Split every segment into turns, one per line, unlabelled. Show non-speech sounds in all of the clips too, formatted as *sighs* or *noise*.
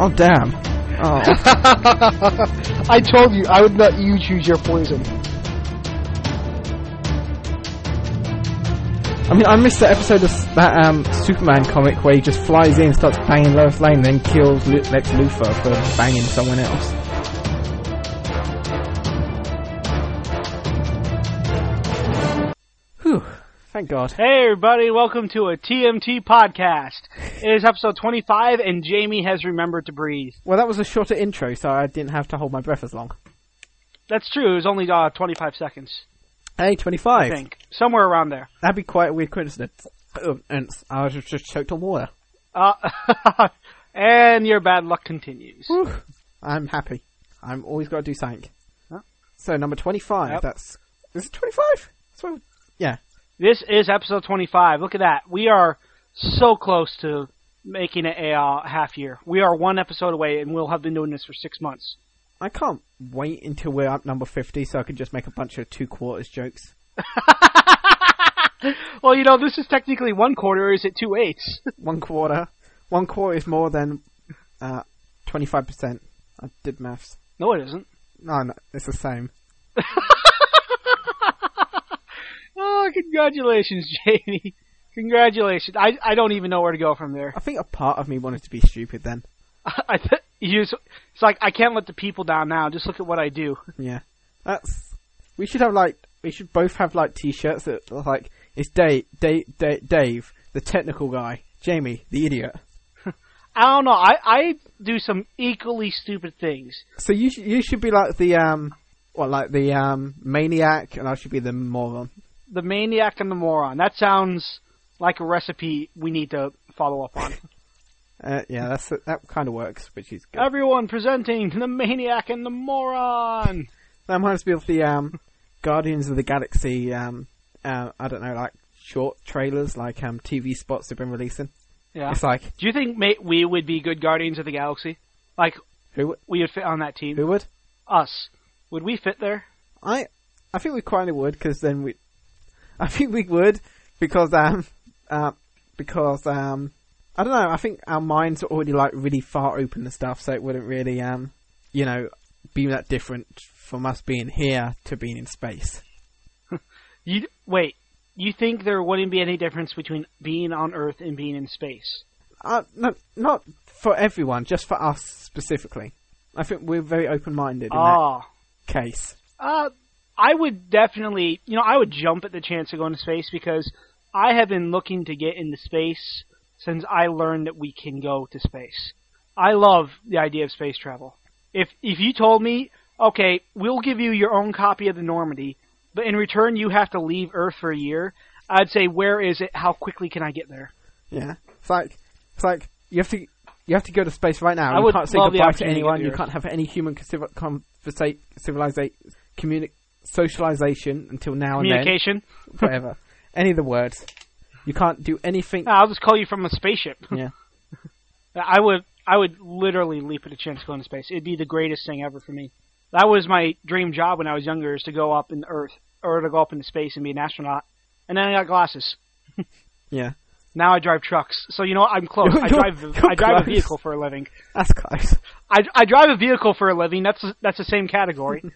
Oh damn. Oh. *laughs*
*laughs* I told you I would let you choose your poison.
I mean, I missed that episode of s- that um, Superman comic where he just flies in, starts banging Lois Lane, then kills Lu- Lex Luthor for banging someone else. Whew. Thank God.
Hey everybody, welcome to a TMT podcast. It is episode 25 and Jamie has remembered to breathe.
Well, that was a shorter intro, so I didn't have to hold my breath as long.
That's true, it was only uh, 25 seconds,
Hey,
I
25.
think. Somewhere around there.
That'd be quite a weird coincidence. Oh, and I was just choked on water.
Uh, *laughs* and your bad luck continues.
Whew. I'm happy. I'm always got to do something.
Huh?
So number twenty-five.
Yep.
That's is it twenty-five? So yeah,
This is episode 25. Look at that. We are so close to making it a uh, half year. We are one episode away and we'll have been doing this for six months.
I can't wait until we're up number fifty, so I can just make a bunch of two quarters jokes.
Well, you know, this is technically one quarter, or is it two eighths? *laughs*
One quarter. One quarter is more than uh, twenty-five percent. I did maths.
no, it isn't.
No, no, it's the same.
Oh, congratulations, *laughs* Jamie. Congratulations. I, I don't even know where to go from there. *laughs*
I think a part of me wanted to be stupid then.
I th- you s- it's like I can't let the people down now. Just look at what I do.
Yeah, that's. We should have like we should both have like t-shirts that are like it's Dave, Dave, Dave, Dave, the technical guy, Jamie, the idiot.
I don't know. I, I do some equally stupid things.
So you sh- you should be like the um, what like the um maniac, and I should be the moron.
The maniac and the moron. That sounds like a recipe we need to follow
*laughs*
up on.
Uh, yeah, that's that kind of works, which is good.
Everyone presenting the maniac and the moron.
That reminds me of the um, Guardians of the Galaxy um, uh, I don't know like short trailers like um TV spots they've been releasing.
Yeah.
It's like
Do you think mate, we would be good guardians of the galaxy? Like
who
we would fit on that team?
who would
Us. Would we fit there?
I I think we kind of would because then we I *laughs* think we would because um uh, because um I don't know I think our minds are already like really far open and stuff so it wouldn't really um you know be that different from us being here to being in space.
You wait. You think there wouldn't be any difference between being on Earth and being in space?
Uh, no, not for everyone, just for us specifically. I think we're very open minded in
Ah.
that case.
Uh, I would definitely, you know, I would jump at the chance of going to space because I have been looking to get into space since I learned that we can go to space. I love the idea of space travel. If if you told me, okay, we'll give you your own copy of the Normandy, but in return you have to leave Earth for a year, I'd say, where is it? How quickly can I get there?
Yeah, it's like it's like you have to you have to go to space right now.
I
you
would
can't say
love the
goodbye to
opportunity to
anyone.
get
You
there.
can't have any human conversation, civilization, communi- socialization until now and then.
Communication. *laughs*
Whatever, any of the words. You can't do anything.
I'll just call you from a spaceship.
*laughs* yeah,
I would I would literally leap at a chance to go into space. It'd be the greatest thing ever for me. That was my dream job when I was younger is to go up in the Earth or to go up into space and be an astronaut. And then I got glasses.
yeah,
Now I drive trucks. So you know what? I'm close. I
You're-
drive
you're
I drive a
close.
vehicle for a living.
that's close.
I, I drive a vehicle for a living. That's that's the same category. *laughs*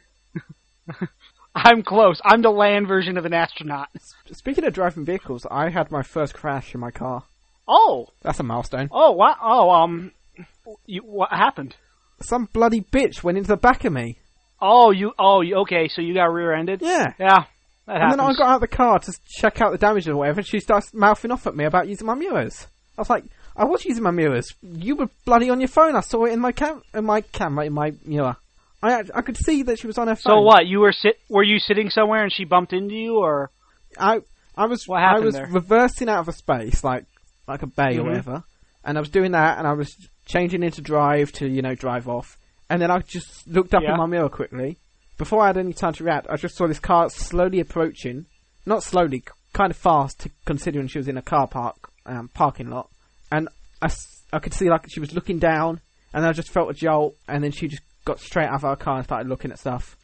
I'm close. I'm the land version of an astronaut.
Speaking of driving vehicles, I had my first crash in my car.
Oh,
That's a milestone.
oh, what? Oh, um, you, what happened?
Some bloody bitch went into the back of me.
Oh, you, oh, you, okay. So you got rear-ended?
Yeah.
Yeah, that
And then I
happens.
got out of the car to check out the damage or whatever, and she starts mouthing off at me about using my mirrors. I was like, I was using my mirrors. You were bloody on your phone. I saw it in my cam, in my camera, in my mirror. I act- I could see that she was on her phone.
So what? You were sit? Were you sitting somewhere and she bumped into you, or
I I was
What
I
happened
was
there?
reversing out of a space like like a bay or
Mhm.
whatever, and I was doing that, and I was changing into drive to you know drive off, and then I just looked up
Yeah.
in my mirror quickly before I had any time to react. I just saw this car slowly approaching, not slowly, c- kind of fast, considering she was in a car park um, parking lot, and I s- I could see like she was looking down, and I just felt a jolt, and then she just got straight out of our car and started looking at stuff.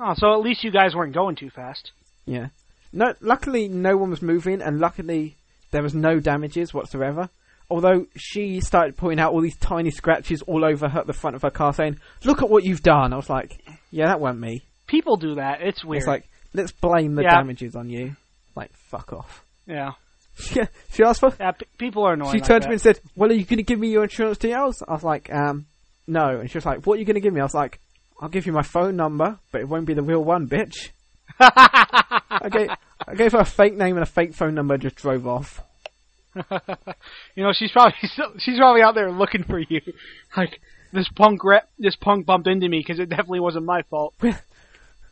oh, so at least you guys weren't going too fast.
Yeah. No, luckily no one was moving, and luckily there was no damages whatsoever. Although she started pointing out all these tiny scratches all over her, the front of her car, saying, "Look at what you've done." I was like, "Yeah, that weren't me."
People do that. It's weird.
It's like, let's blame the
Yeah.
damages on you. Like, fuck off. *laughs*
yeah.
Yeah, she asked for.
yeah p- people are annoying.
She
like
turned
that.
to me and said, "Well, are you going to give me your insurance details?" I was like, "Um, no." And she was like, "What are you going to give me?" I was like, "I'll give you my phone number, but it won't be the real one,
*laughs*
bitch." I gave, I gave her a fake name and a fake phone number. and Just drove off.
you know, she's probably *laughs* still, she's probably out there looking for you. *laughs* Like this punk rep, this punk bumped into me because it definitely wasn't my fault.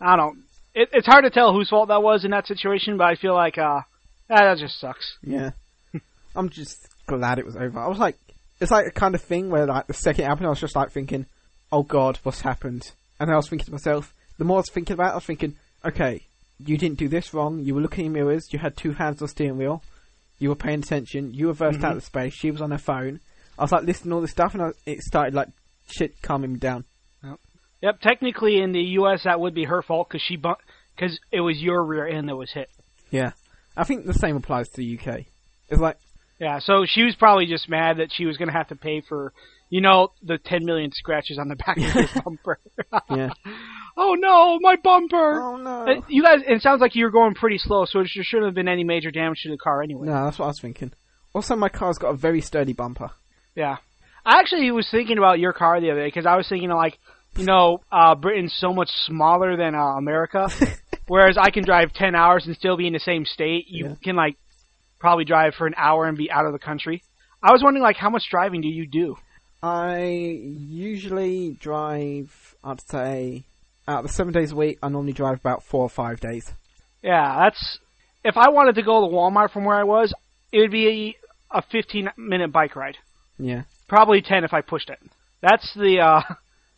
I don't. It, it's hard to tell whose fault that was in that situation, but I feel like uh, ah, that just sucks.
Yeah, *laughs* I'm just glad it was over. I was like, it's like a kind of thing where like the second it happened, I was just like thinking, "Oh God, what's happened?" And I was thinking to myself, the more I was thinking about, it, I was thinking, "Okay, you didn't do this wrong. You were looking in mirrors. You had two hands on the steering wheel. You were paying attention. You reversed out of space. She was on her phone." I was like listening to all this stuff, and I, it started like shit calming me down.
Yep. Technically, in the U.S., that would be her fault because she bumped because it was your rear end that was hit.
Yeah, I think the same applies to the UK. It's like,
Yeah. So she was probably just mad that she was going to have to pay for, you know, the 10 million scratches on the back of your
*laughs*
bumper.
yeah,
oh no, my
*laughs*
bumper!
oh no.
Uh, You guys, it sounds like you were going pretty slow, so there shouldn't have been any major damage to the car anyway.
No, that's what I was thinking. Also, my car's got a very sturdy bumper.
Yeah. I actually was thinking about your car the other day because I was thinking like, you know, uh, Britain's so much smaller than uh,
*laughs*
America, whereas I can drive ten hours and still be in the same state. You
Yeah.
can like probably drive for an hour and be out of the country. I was wondering like, how much driving do you do?
I usually drive, I'd say, out of the seven days a week, I normally drive about four or five days.
Yeah, that's if I wanted to go to Walmart from where I was, it would be a, a fifteen minute bike ride.
Yeah.
probably ten if I pushed it. That's the uh,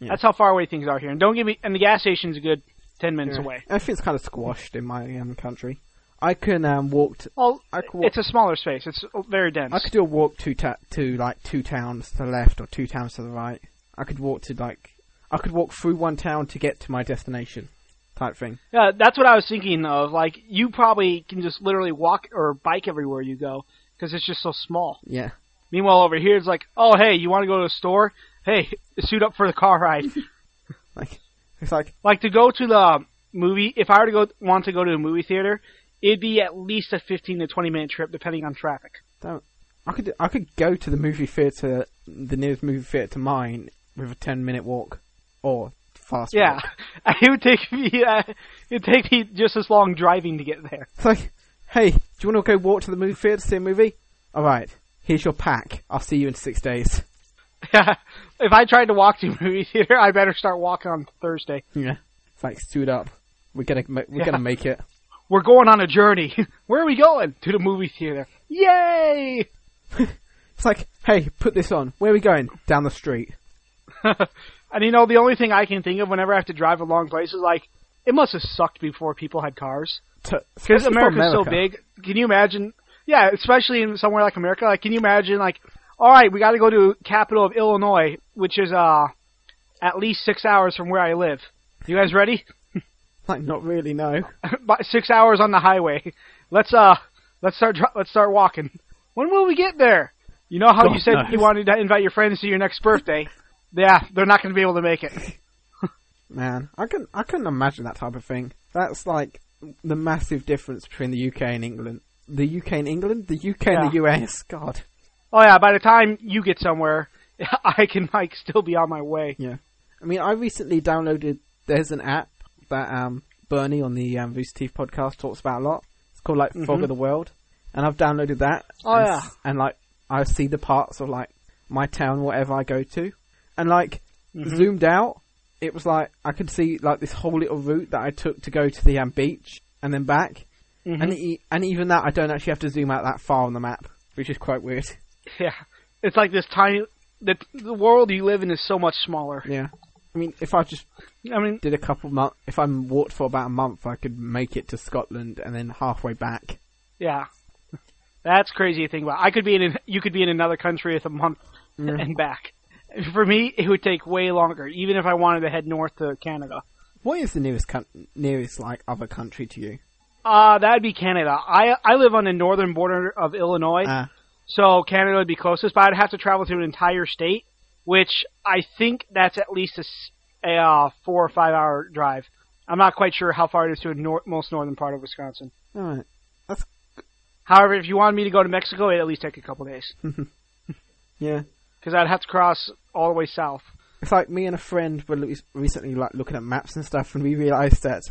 Yeah.
that's how far away things are here. And don't give me and the gas station's a good ten minutes away.
Everything's kind of squashed in my um, country. I can um, walk. To,
Well,
I could walk.
it's a smaller space. It's very dense.
I could do a walk to ta- to like two towns to the left or two towns to the right. I could walk to like I could walk through one town to get to my destination, type thing.
yeah, that's what I was thinking of. Like you probably can just literally walk or bike everywhere you go because it's just so small.
Yeah.
Meanwhile, over here it's like, oh hey, you want to go to a store? Hey, suit up for the car ride.
Like it's like
like to go to the movie. If I were to go want to go to a movie theater, it'd be at least a fifteen to twenty minute trip depending on traffic.
Don't. I could I could go to the movie theater, the nearest movie theater to mine, with a ten minute walk, or fast.
Yeah,
walk.
*laughs* it would take me. Uh, it would take me just as long driving to get there. *laughs*
It's like, hey, do you want to go walk to the movie theater to see a movie? All right, here's your pack. I'll see you in six days.
if I tried to walk to a movie theater, I better start walking on Thursday.
Yeah. It's like suit up. We're gonna ma- we're
Yeah.
gonna make it.
We're going on a journey. *laughs* Where are we going? To the movie theater. Yay! *laughs*
It's like, hey, put this on. Where are we going? Down the street.
and you know, the only thing I can think of whenever I have to drive a long place is like, it must have sucked before people had cars. because
Because
America's so big. Can you imagine? Yeah, especially in somewhere like America. Like, can you imagine? Like, all right, we got to go to capital of Illinois, which is uh at least six hours from where I live. You guys ready? *laughs*
Like, not really. No.
About six hours on the highway. Let's uh let's start dri- let's start walking. When will we get there? You know how you
God
said
knows.
you wanted to invite your friends to your next birthday. yeah, they're not going to be able to make it.
Man, I can I couldn't imagine that type of thing. That's like the massive difference between the UK and England. The UK and England, the UK and the US. God,
Oh yeah, by the time you get somewhere, *laughs* I can like still be on my way.
yeah. I mean, I recently downloaded. There's an app that um Bernie on the um, Rooster Teeth podcast talks about a lot. It's called like Fog of the World, and I've downloaded that.
Mm-hmm. Oh,
and,
yeah.
and like I see the parts of like my town, whatever I go to, and like
Mm-hmm.
zoomed out, it was like I could see like this whole little route that I took to go to the um, beach and then back,
Mm-hmm.
and e- and even that I don't actually have to zoom out that far on the map, which is quite weird. *laughs*
*laughs* Yeah, it's like this tiny. The, the world you live in is so much smaller.
Yeah, I mean, if I just
I mean,
did a couple months, if I walked for about a month, I could make it to Scotland and then halfway back.
yeah, *laughs* that's crazy to think about. I could be in. An, you could be in another country with a month and back. For me, it would take way longer, even if I wanted to head north to Canada.
What is the nearest coun- nearest like other country to you?
Uh, that'd be Canada. I I live on the northern border of Illinois,
Ah,
So Canada would be closest, but I'd have to travel through an entire state, which I think that's at least a, s- a, uh, four or five hour drive. I'm not quite sure how far it is to the nor- most northern part of Wisconsin.
Alright.
However, if you wanted me to go to Mexico, it'd at least take a couple days
Hmm. Yeah.
because I'd have to cross all the way south.
It's like me and a friend were lo- recently like looking at maps and stuff, and we realised that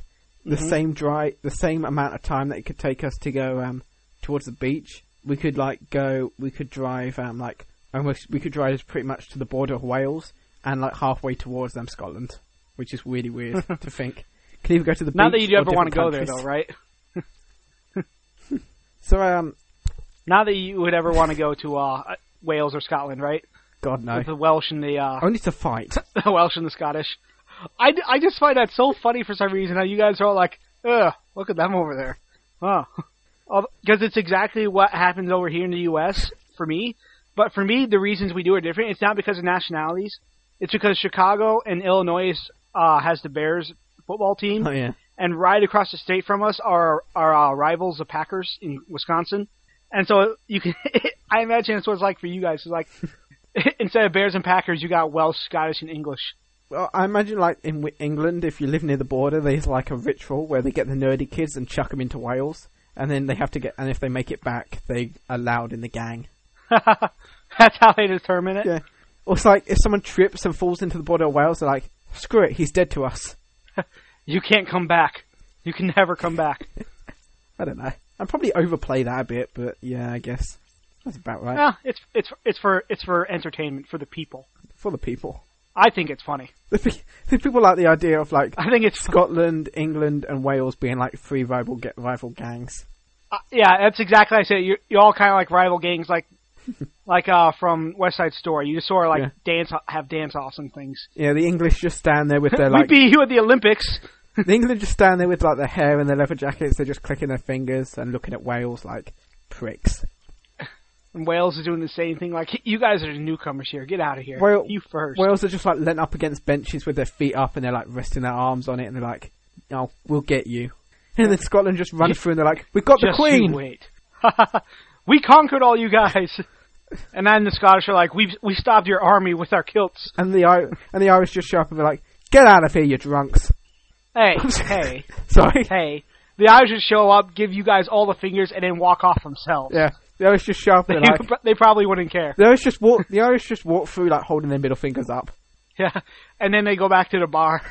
the
Mm-hmm.
same dry, the same amount of time that it could take us to go um towards the beach, we could like go, we could drive um like almost, we could drive pretty much to the border of Wales and like halfway towards them Scotland, which is really
*laughs*
weird to think. Can either go to the
Not that
beach
you'd
or
ever want to go
different countries.
there, though, right?
So um,
Not that you would ever want to go to uh, Wales or Scotland, right?
God no,
With the Welsh and the uh, *laughs*
only to fight.
the Welsh and the Scottish. I, d- I just find that so funny for some reason how you guys are all like, ugh, look at them over there. Huh. *laughs* Because it's exactly what happens over here in the U.S. for me. But for me, the reasons we do are different. It's not because of nationalities. It's because Chicago and Illinois uh, has the Bears football team
oh yeah,
and right across the state from us are are our rivals, the Packers in Wisconsin. And so you can, *laughs* I imagine it's what it's like for you guys. It's like *laughs* instead of Bears and Packers, you got Welsh, Scottish, and English. *laughs*
Well, I imagine, like in Wi- England, if you live near the border, there's like a ritual where they get the nerdy kids and chuck them into Wales, and then they have to get, and if they make it back, they are allowed in the gang.
That's how they determine it.
Yeah. Or it's like if someone trips and falls into the border of Wales, they're like, "Screw it, he's dead to us."
You can't come back. You can never come back.
I don't know. I'd probably overplay that a bit, but yeah, I guess that's about right
well, it's it's it's for it's for entertainment for the people.
for the people.
I think it's funny.
The, pe- the people like the idea of like
I think it's
Scotland, England, and Wales being like three rival get rival gangs.
Uh, yeah, that's exactly what I said. You you all kind of like rival gangs,
*laughs*
like like uh from West Side Story. You just sort of like
Yeah.
dance have dance offs and things.
Yeah, the English just stand there
*laughs*
with their like
we beat you at the Olympics.
The England just stand there with like their hair and their leather jackets. They're just clicking their fingers and looking at Wales like pricks.
And Wales is doing the same thing. Like you guys are the newcomers here. Get out of here.
Well-
you first.
Wales are just like leant up against benches with their feet up and they're like resting their arms on it and they're like, "Oh, we'll get you." *laughs* And then Scotland just run through and they're like, "We've got
Just
the
you
Queen."
wait. *laughs* we conquered all you guys. And then the Scottish are like, we we stopped your army with our kilts.
And the I- and the Irish just show up and they're like, "Get out of here, you drunks!" *laughs*
Hey, hey,
Sorry.
hey. The Irish just show up, give you guys all the fingers, and then walk off themselves.
Yeah, the Irish just show up and
*laughs* They-
they're like,
they probably wouldn't care. *laughs*
the Irish just walk. The Irish just walk through like holding their middle fingers up.
Yeah, and then they go back to the bar.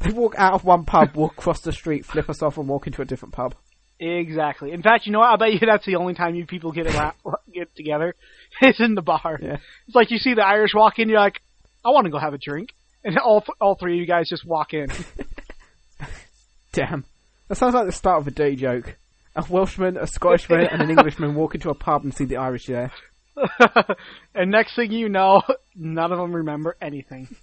They walk out of one pub, walk across the street, flip us off, and walk into a different pub.
Exactly. In fact, you know what? I bet you *laughs* that's the only time you people get around, *laughs* get together. It's in the bar.
Yeah.
It's like you see the Irish walk in, you're like, I want to go have a drink, and *laughs* all all three of you guys just walk in. *laughs*
Damn. That sounds like the start of a day joke. A Welshman, a Scottishman, and *laughs* an Englishman walk into a pub and see the Irish there.
and next thing you know, *laughs* none of them remember anything.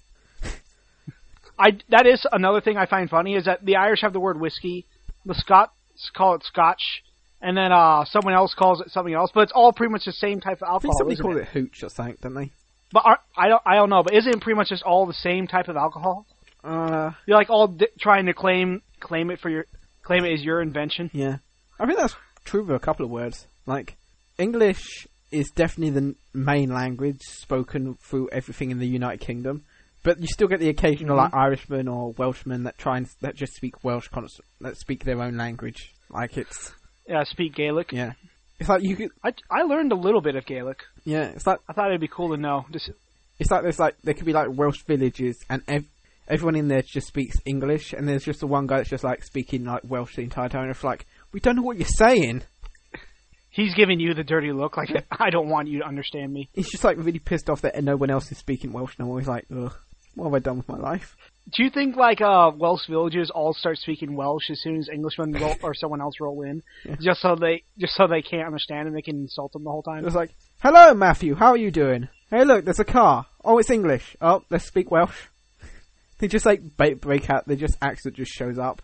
*laughs* I that is another thing I find funny is that the Irish have the word whiskey, the Scots call it Scotch, and then uh someone else calls it something else, but it's all pretty much the same type of
I think
alcohol.
somebody
isn't
called
it?
Oh, it? hooch or something, didn't they?
But are, I don't I don't know. But isn't it pretty much just all the same type of alcohol?
Uh,
You're like all di- trying to claim claim it for your claim it is your invention.
yeah. I think that's true for a couple of words. Like, English is definitely the n- main language spoken through everything in the United Kingdom, but you still get the occasional like Irishman or Welshman that try and that just speak Welsh, const- that speak their own language. Like it's
Yeah, uh, speak Gaelic.
yeah, it's like you could
I I learned a little bit of Gaelic.
yeah, it's like
I thought it'd be cool to know. Just
It's like there's like there could be like Welsh villages, and ev- everyone in there just speaks English, and there's just the one guy that's just like speaking like Welsh the entire time. And it's like we don't know what you're saying.
he's giving you the dirty look, like *laughs* I don't want you to understand me.
He's just like really pissed off that no one else is speaking Welsh, and I'm always like, ugh, what have I done with my life?
Do you think like uh Welsh villages all start speaking Welsh as soon as Englishmen roll, or someone else
*laughs*
roll in, just so they just so they can't understand and they can insult them the whole
It
time?
was like, hello Matthew, how are you doing? Hey, look, there's a car. Oh, it's English. Oh, let's speak Welsh. *laughs* They just like ba- break out. They just accent just shows up.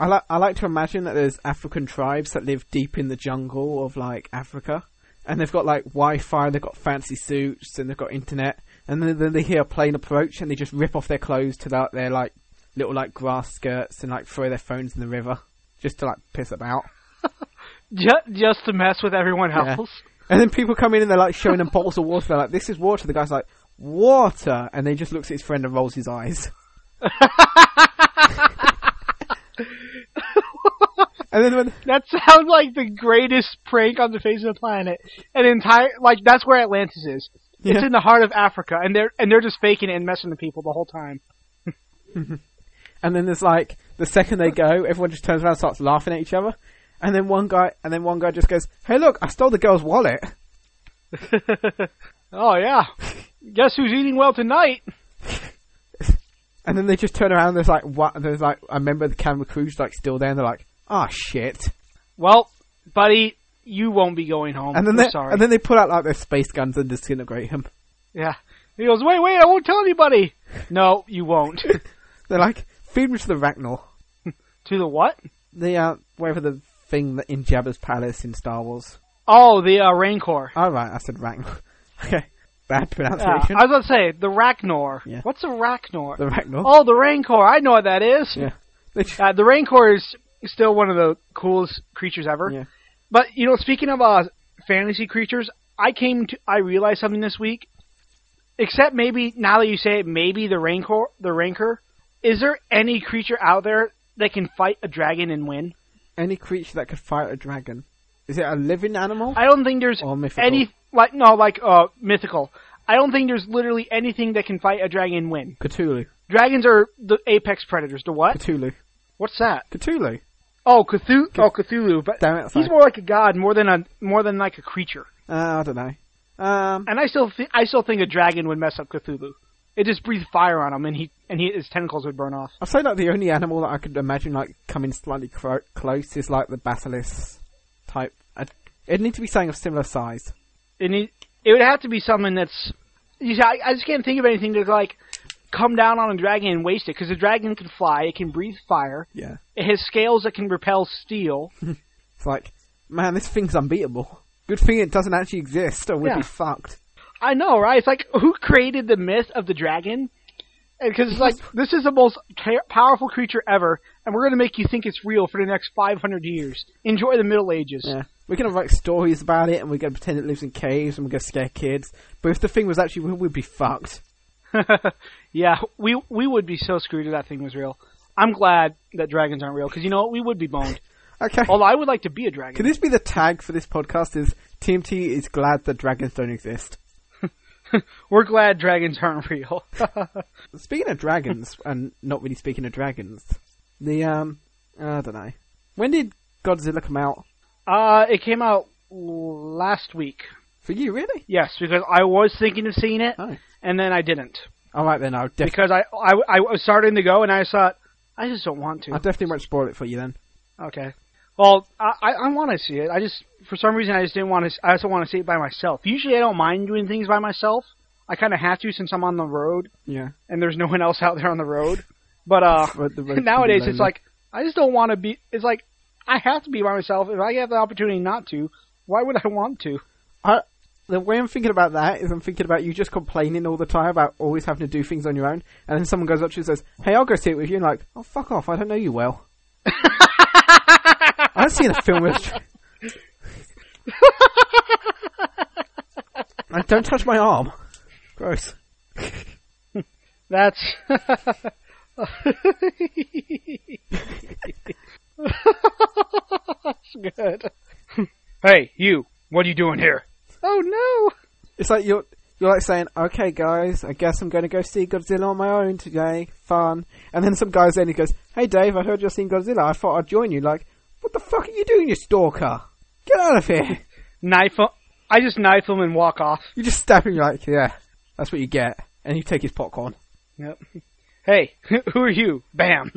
I like I like to imagine that there's African tribes that live deep in the jungle of like Africa, and they've got like Wi-Fi, they've got fancy suits, and they've got internet, and then, then they hear a plane approach, and they just rip off their clothes to their, their like little like grass skirts, and like throw their phones in the river just to like piss about.
Just, just to mess with everyone
Yeah.
else.
And then people come in and they're like showing them bottles of water. They're like, "This is water." The guy's like, "Water," and then he just looks at his friend and rolls his eyes. and then when
That sounds like the greatest prank on the face of the planet. An entire like that's where Atlantis is. It's
Yeah.
in the heart of Africa, and they're and they're just faking it and messing with people the
*laughs*
whole time.
and then there's like the second they go, everyone just turns around and starts laughing at each other. And then one guy, and then one guy just goes, "Hey, look, I stole the girl's wallet."
Oh yeah, guess who's eating well tonight?
And then they just turn around. And there's like, what? There's like, I remember the camera crew's like still there. and They're like, "Ah, shit."
Well, buddy, you won't be going home.
And then
We're
they,
Oh, sorry.
and then they pull out like their space guns and disintegrate him.
yeah, he goes, wait, wait, I won't tell anybody. No,
*laughs*
you won't.
They're like, "Feed me to the Ragnall."
to the what?
the uh, whatever the thing that in Jabba's palace in Star Wars.
Oh, the uh, Rancor.
Oh right, I said Ragnall. *laughs* okay, bad
Yeah,
pronunciation.
Ah, I was about to say the Ragnor.
Yeah.
What's a Ragnor?
the Ragnall.
Oh, the Rancor. I know what that is.
Yeah. They just-
Uh, the Rancor is still one of the coolest creatures ever.
Yeah.
But you know, speaking of uh, fantasy creatures, I came to I realized something this week. Except maybe now that you say it, maybe the Rancor, the Rancor, is there any creature out there that can fight a dragon and win?
Any creature that could fight a dragon. Is it a living animal?
I don't think there's
Or mythical.
any like no like uh mythical. I don't think there's literally anything that can fight a dragon and win.
Cthulhu.
Dragons are the apex predators. The what?
Cthulhu.
What's that?
Cthulhu.
Oh, Cthulhu. Oh, Cthulhu. But
Damn it, sorry.
he's more like a god, more than a more than like a creature.
Uh, I don't know. Um,
And I still th- I still think a dragon would mess up Cthulhu. It just breathed fire on him, and he and he, his tentacles would burn off.
I'd say like the only animal that I could imagine like coming slightly cro- close is like the basilisk type. I'd, it'd need to be something of similar size.
And he, it would have to be something that's. You see, I, I just can't think of anything that's like come down on a dragon and waste it because the dragon can fly, it can breathe fire,
Yeah.
it has scales that can repel steel.
It's like, man, this thing's unbeatable. Good thing it doesn't actually exist, or we'd
Yeah.
be fucked.
I know, right? It's like who created the myth of the dragon? Because it's like this is the most ter- powerful creature ever, and we're going to make you think it's real for the next 500 years. Enjoy the Middle Ages.
Yeah. We're going to write stories about it and we're going to pretend it lives in caves and we're going to scare kids. But if the thing was actually real, we'd be fucked.
*laughs* yeah, we we would be so screwed if that thing was real. I'm glad that dragons aren't real because you know what, we would be boned.
Okay.
Although I would like to be a
Can
dragon.
this be the tag for this podcast is TMT is glad that dragons don't exist.
We're glad dragons aren't *laughs* real.
Speaking of *laughs* dragons, and not really speaking of dragons, the, um, I don't know. When did Godzilla come out?
uh, it came out last week.
For you, really?
Yes, because I was thinking of seeing it,
Oh.
and then I didn't
Alright then, I'll, def-
because I, I I was starting to go, and I thought I just don't want
I
to.
definitely won't spoil it for you then.
Okay. Well, I I, I want to see it. I just for some reason I just didn't want to. I also want to see it by myself. Usually I don't mind doing things by myself. I kind of have to since I'm on the road.
Yeah.
and there's no one else out there on the road. But uh,
*laughs* But the road's
*laughs* nowadays
pretty
it's
lonely.
like I just don't want to be. It's like I have to be by myself. If I have the opportunity not to, why would I want to?
I, the way I'm thinking about that is I'm thinking about you just complaining all the time about always having to do things on your own, and then someone goes up to you and says, "Hey, I'll go see it with you," and like, "Oh, fuck off! I don't know you well." I've seen a film with. and don't touch my arm. Gross.
That's That's good. hey, you. What are you doing here? Oh
It's like you're you're like saying, "Okay, guys, I guess I'm going to go see Godzilla on my own today. Fun." And then some guys then he goes, "Hey, Dave, I heard you're seeing Godzilla. I thought I'd join you." Like, what the fuck are you doing, you stalker? Get out of here! *laughs*
no! Knife. him- I just knife him and walk off.
You just stab him. You're like, "Yeah, that's what you get." And you take his popcorn.
Yep. Hey, *laughs* who are you? Bam.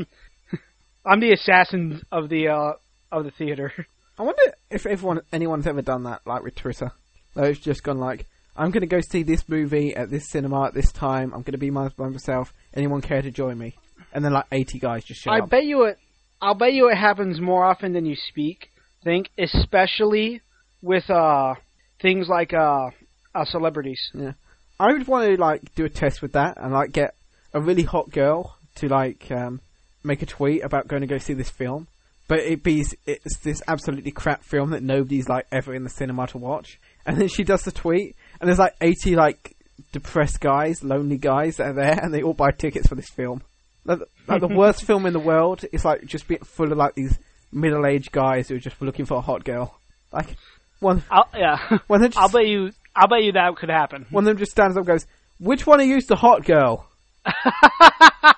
I'm the assassin of the uh, of the theater.
I wonder if everyone anyone's ever done that, like with Twitter. Though it's just gone like, "I'm going to go see this movie at this cinema at this time. I'm going to be my, by myself. Anyone care to join me?" And then like 80 guys just show
I
up.
bet you it. I'll bet you it happens more often than you speak. Think, especially with uh things like uh, uh celebrities.
Yeah. I would want to like do a test with that and like get a really hot girl to like um, make a tweet about going to go see this film, but it be it's this absolutely crap film that nobody's like ever in the cinema to watch. And then she does the tweet, and there's like eighty like depressed guys, lonely guys that are there, and they all buy tickets for this film. Like, the- like the worst film in the world is like just be full of like these middle-aged guys who are just looking for a hot girl. Like one,
I'll, yeah, *laughs*
one of them
I'll
just,
bet you. I'll bet you that could happen.
one of them just stands up, and goes, "Which one of you's the hot girl?"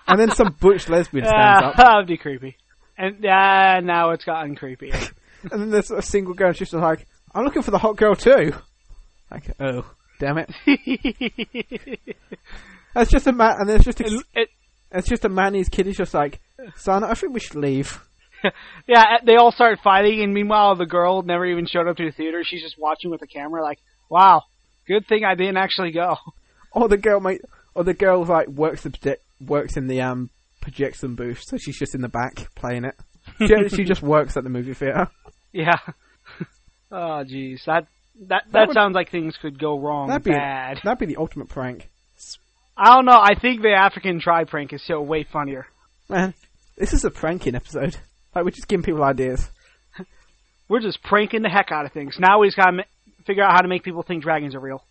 and then some butch lesbian stands
*laughs* Yeah,
up.
that would be creepy. And uh, now it's gotten creepy. *laughs*
And then there's a single girl, and she's just like, I'm looking for the hot girl too. Like, oh, damn it.
it,
That's just a man, and there's just a,
it,
it's just a man and his kid is just like, son, I think we should leave.
yeah, eh, they all start fighting, and meanwhile, the girl never even showed up to the theater. She's just watching with the camera, like, wow, good thing I didn't actually go. *laughs*
Or the girl might, or the girl like works the proje- works in the um projection booth, so she's just in the back playing it. She, she just works at the movie theater.
Yeah. *laughs* oh, jeez, that that that,
would-
sounds like things could go wrong
That'd be
bad.
that'd be the ultimate prank.
I don't know. I think the African tribe prank is still way funnier.
Man, this is a pranking episode. Like we're just giving people ideas.
We're just pranking the heck out of things. Now we just gotta ma- figure out how to make people think dragons are real.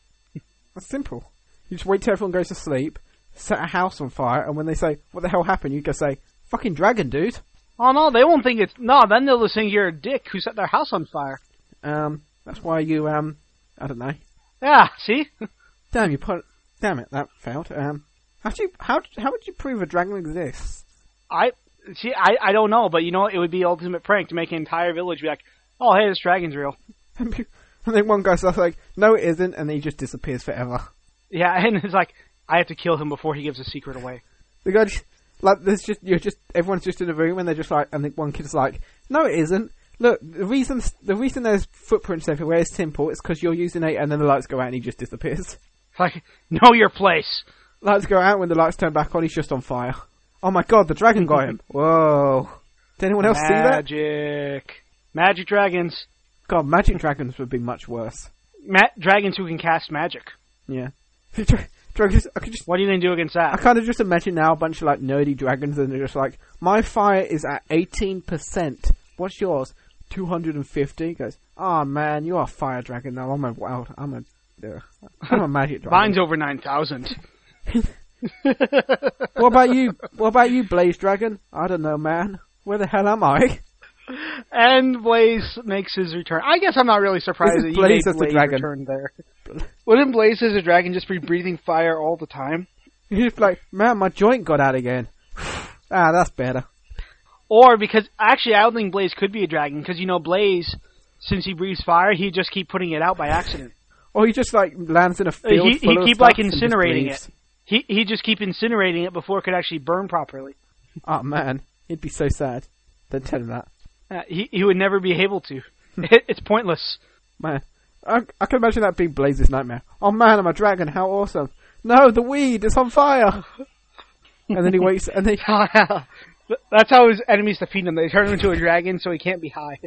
That's simple. You just wait till everyone goes to sleep, set a house on fire, and when they say, "What the hell happened?" you go say, "Fucking dragon, dude."
Oh no, they won't think it's no. Then they'll just think you're a dick who set their house on fire.
Um, that's why you um, I don't know.
Yeah, *laughs* see,
Damn, you put. Damn it, that failed. Um, how do you how how would you prove a dragon exists? *laughs*
I see. I I don't know, but you know, it would be ultimate prank to make an entire village be like, oh hey, this dragon's real.
And pe- and then one guy starts like, "No, it isn't," and then he just disappears forever.
Yeah, *laughs* and it's like I have to kill him before he gives a secret away.
The guy just like there's just you're just everyone's just in a room and they're just like, and the one kid's like, "No, it isn't." Look, the reason the reason there's footprints everywhere is simple. It's because you're using it, and then the lights go out and he just disappears. *laughs*
It's like, know your place.
Lights go out when the lights turn back on. He's just on fire. Oh my god, the dragon got him! Whoa! Did anyone else see that?
Magic, magic dragons,
God, magic dragons would be much worse.
Ma- dragons who can cast magic.
Yeah. *laughs* dragons, I could just,
What are you gonna do against
I
that?
kind of just imagine now a bunch of like nerdy dragons and they're just like, my fire is at 18%. What's yours? 250? Goes, oh man, you are a fire dragon now. I'm a wild, I'm a, uh, I'm a
*laughs*
magic dragon.
Mine's over nine thousand.
*laughs* what about you? What about you, Blaze Dragon? I don't know, man. Where the hell am I? *laughs*
And Blaze makes his return. I guess I'm not really surprised
Isn't
that you
*laughs*
made
Blaze as the
Blaze
dragon?
return there. Wouldn't Blaze as a dragon just be breathing fire all the time?
He's just like, man, my joint got out again. *sighs* ah, that's better.
Or because actually, I don't think Blaze could be a dragon because you know Blaze, since he breathes fire, he just keep putting it out by accident.
Or he just like lands in a field.
he-
full
he
of
keep,
stuff
like,
and just
incinerating
breathes.
he he just keep incinerating it before it could actually burn properly.
Oh man, he'd be so sad. Don't tell him that,
Uh, he he would never be able to. *laughs* It, it's
*laughs*
pointless.
man. I, I can imagine that being Blaze's nightmare. Oh man, I'm a dragon. How awesome! No, the weed is on fire. And then he wakes, and then
That's how his enemies defeat him. They turn him into a dragon so he can't be high.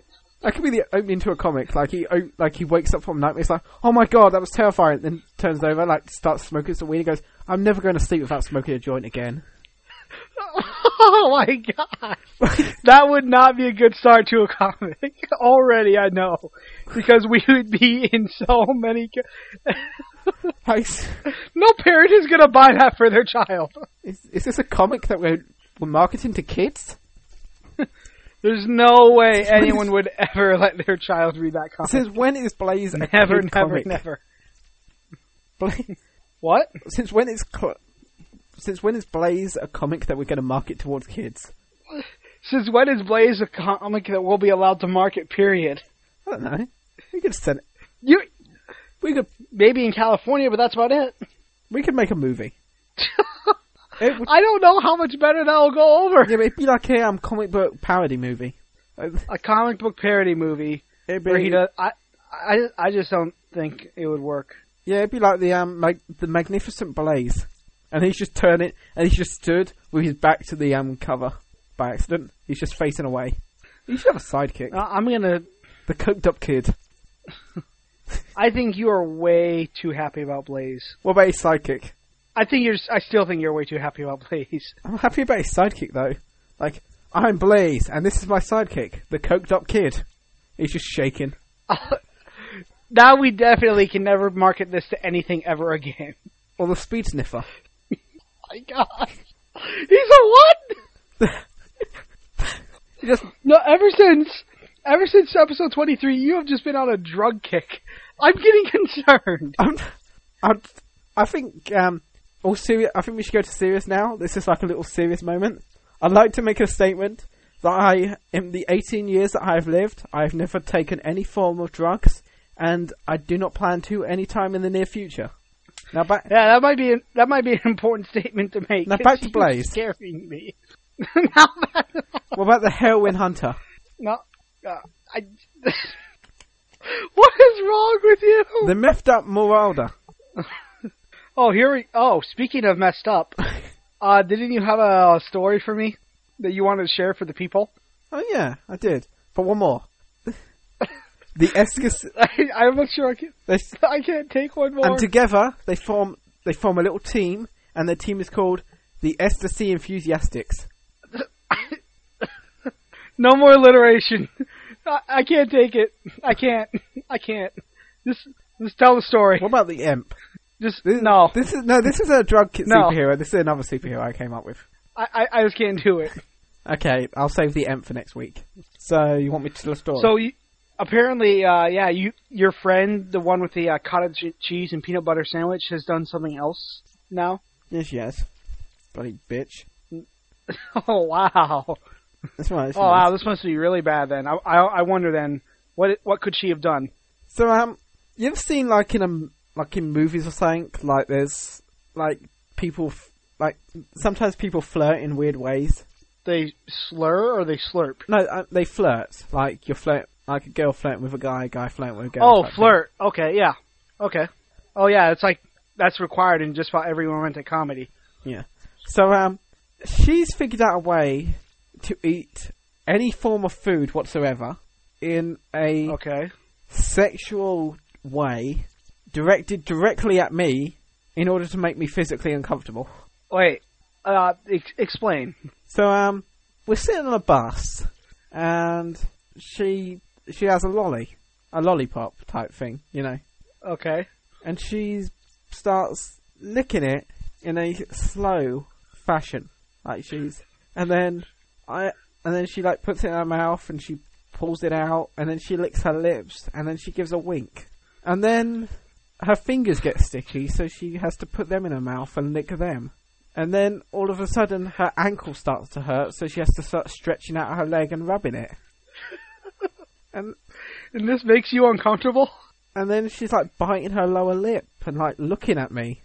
that could be the opening to a comic. Like he, o- like he wakes up from a nightmare. It's like, oh my god, that was terrifying. then turns over, like starts smoking some weed. and goes, I'm never going to sleep without smoking a joint again.
*laughs* Oh my god. that would not be a good start to a comic. *laughs* Already, I know. Because we would be in so many. ca-
Like, is,
no parent is going to buy that for their child.
is this a comic that we're we're marketing to kids?
There's
*laughs*
no way anyone would ever let their child read that comic.
Since when is Blaze a
*laughs* Never,
kid
never,
comic?
never.
Blaze,
What?
since when is cl- since when is Blaze a comic that we're going to market towards kids?
Since when is Blaze a comic that we'll be allowed to market, period?
I don't know. We could send
You,
we could
maybe in California, but that's about it.
we could make a movie. It would,
I don't know how much better that'll go over.
yeah, but it'd be like a um, comic book parody movie. Like,
A comic book parody movie
It'd
where he
be,
does. I, I, I just don't think it would work.
yeah, it'd be like the um mag- the Magnificent Blaze, and he's just turning and he's just stood with his back to the um cover by accident. He's just facing away. You should have a sidekick,
Uh, I'm gonna.
the coked up kid.
I think you are way too happy about Blaze.
What about his sidekick?
I think you're. I still think you're way too happy about *laughs* Blaze.
I'm happy about his sidekick though. Like, I'm Blaze, and this is my sidekick, the coked up kid. He's just shaking.
Now we definitely can never market this to anything ever again. *laughs*
Or the speed sniffer.
My God, he's a what?
Just
No, ever since, ever since episode twenty three, you have just been on a drug kick. I'm getting *laughs* concerned.
I'm, I'm, I think um, all serious. I think we should go to serious now. This is like a little serious moment. I'd like to make a statement that I, in the 18 years that I've lived, I've never taken any form of drugs, and I do not plan to any time in the near future. Now back,
Yeah, that might be an, that might be an important statement to make.
Now back to
*laughs* You're
Blaze.
scaring me. *laughs* now back,
what about the heroin hunter?
no, uh, I. *laughs* what is wrong with you?
The miffed up Moralda.
Oh, here we. Oh, speaking of
*laughs*
messed up, uh, didn't you have a story for me that you wanted to share for the people? *laughs*
Oh yeah, I did. But one more. *laughs* the Escus.
I, I'm not sure I can.
They,
I can't take one more.
And together they form they form a little team, and their team is called the Ecstasy Enthusiastics.
no more alliteration. *laughs* I, I can't take it. I can't. *laughs* I can't. Just, just tell the story.
What about the Imp?
Just
This,
no.
this is no, this is a drug ki-
*laughs* No.
superhero. This is another superhero I came up with.
I, I, I just can't do it.
Okay, I'll save the Imp for next week. So you want me to tell a story?
So you, apparently, uh, yeah, you your friend, the one with the uh, cottage cheese and peanut butter sandwich, has done something else now. *laughs*
yes, yes. Bloody bitch.
Oh wow!
That's right. that's
Oh
nice.
wow! This must be really bad then. I, I I wonder then what what could she have done?
So um, you've seen like in a like in movies or something like there's like people f- like sometimes people flirt in weird ways.
They slur or they slurp?
No, uh, they flirt. Like you flirt, like a girl flirting with a guy, a guy flirting with a girl.
Oh,
type
flirt. Okay, yeah. Okay. Oh yeah, it's like that's required in just about every romantic comedy.
thing. Yeah. So um, she's figured out a way to eat any form of food whatsoever in a
Okay.
sexual way, directed directly at me, in order to make me physically uncomfortable.
Wait. Uh, ex- explain.
So um, we're sitting on a bus, and she she has a lolly, a lollipop type thing, you know.
Okay.
and she starts licking it in a slow fashion, like she's, and then I, and then she like puts it in her mouth and she pulls it out, and then she licks her lips, and then she gives a wink, and then her fingers get sticky, so she has to put them in her mouth and lick them. And then all of a sudden, her ankle starts to hurt, so she has to start stretching out her leg and rubbing it. and
And this makes you uncomfortable.
and then she's like biting her lower lip and like looking at me.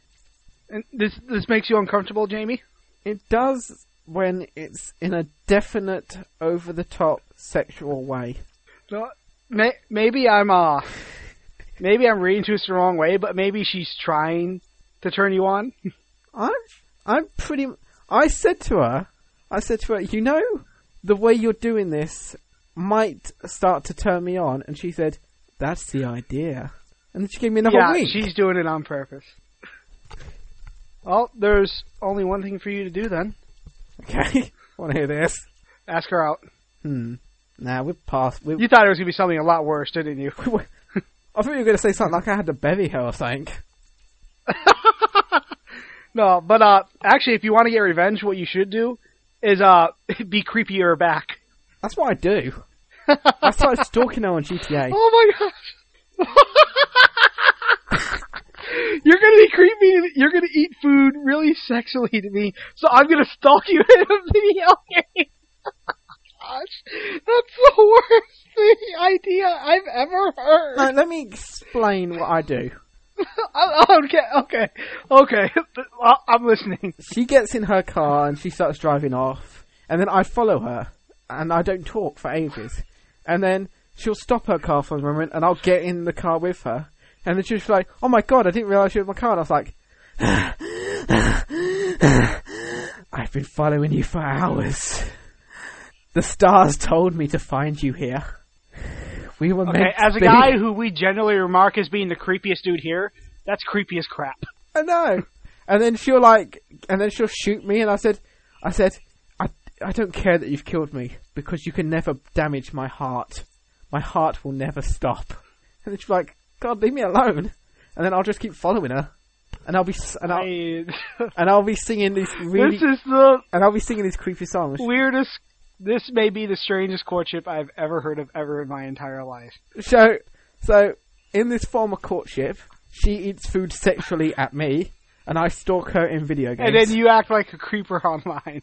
And this this makes you uncomfortable, Jamie.
It does when it's in a definite, over the top sexual way.
No, may, maybe I'm uh, maybe I'm reading this the wrong way, but maybe she's trying to turn you on.
I'm, I'm pretty. I said to her, I said to her, you know, the way you're doing this might start to turn me on, and she said, that's the idea. And then she gave me another
yeah,
wink.
she's doing it on purpose. Well, there's only one thing for you to do then.
*laughs* Okay, want to hear this?
Ask her out.
Hmm. Nah, we're past. We're,
You thought it was gonna be something a lot worse, didn't you? *laughs*
I thought you were going to say something like I had to bevy her or something.
No, but uh, actually, if you want to get revenge, what you should do is uh, *laughs* be creepier back.
That's what I
*laughs*
do. I started stalking her on GTA.
Oh my gosh! *laughs* you're gonna be creepy. to me- You're gonna eat food really sexually to me. So I'm gonna stalk you *laughs* in a video game. *laughs* gosh, that's the worst *laughs* idea I've ever heard.
No, let me explain what I do.
Oh, okay, okay, okay. *laughs* I- I'm listening.
She gets in her car and she starts driving off, and then I follow her, and I don't talk for ages, and then she'll stop her car for a moment, and I'll get in the car with her, and then she'll be like, "Oh my god, I didn't realize you were in my car," and I was like, *sighs* "I've been following you for hours. The stars told me to find you here. We were
Okay,
meant to
as a
be."
guy who we generally remark as being the creepiest dude here, that's creepy as crap.
I know. And then she'll like, and then she'll shoot me, and I said, I said, I, I don't care that you've killed me because you can never damage my heart. My heart will never stop. And it's like, God, leave me alone. And then I'll just keep following her, and I'll be s-
*laughs*
and I'll,
I-
and I'll be singing these really
this is the
and I'll be singing these creepy songs.
weirdest. This may be the strangest courtship I've ever heard of ever in my entire life.
So, so in this form of courtship, she eats food sexually at me, and I stalk her in video games.
And then you act like a creeper *laughs* online.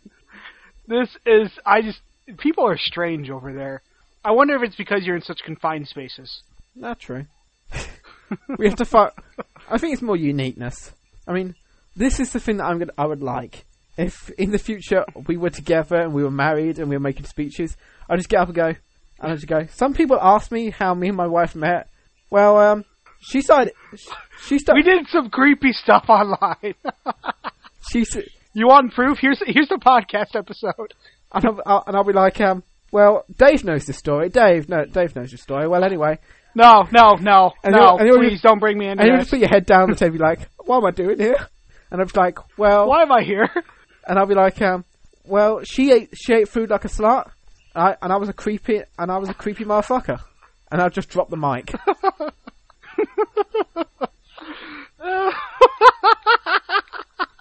This is I just people are strange over there. I wonder if it's because you're in such confined spaces.
Not true. we have to fight. I think it's more uniqueness. I mean, this is the thing that I'm gonna. I would like if in the future we were together and we were married and we were making speeches. I just get up and go. And I just go. Some people ask me how me and my wife met. Well, um, she started. She
We
started.
did some creepy stuff *laughs* online.
She. s-
you want proof? Here's here's the podcast episode.
And I'll, I'll, and I'll be like, um, well, Dave knows the story. Dave, no, Dave knows the story. Well, anyway,
No, no, no,
And
no.
you'll- and you'll-
please don't bring me into
and you
this.
just put your head down and say, be like, what am I doing here? And I'm just like, well,
Why am I here? *laughs*
and I'll be like, um, well, she ate she ate food like a slut, and I, and I was a creepy and I was a creepy motherfucker, and I'll just drop the mic.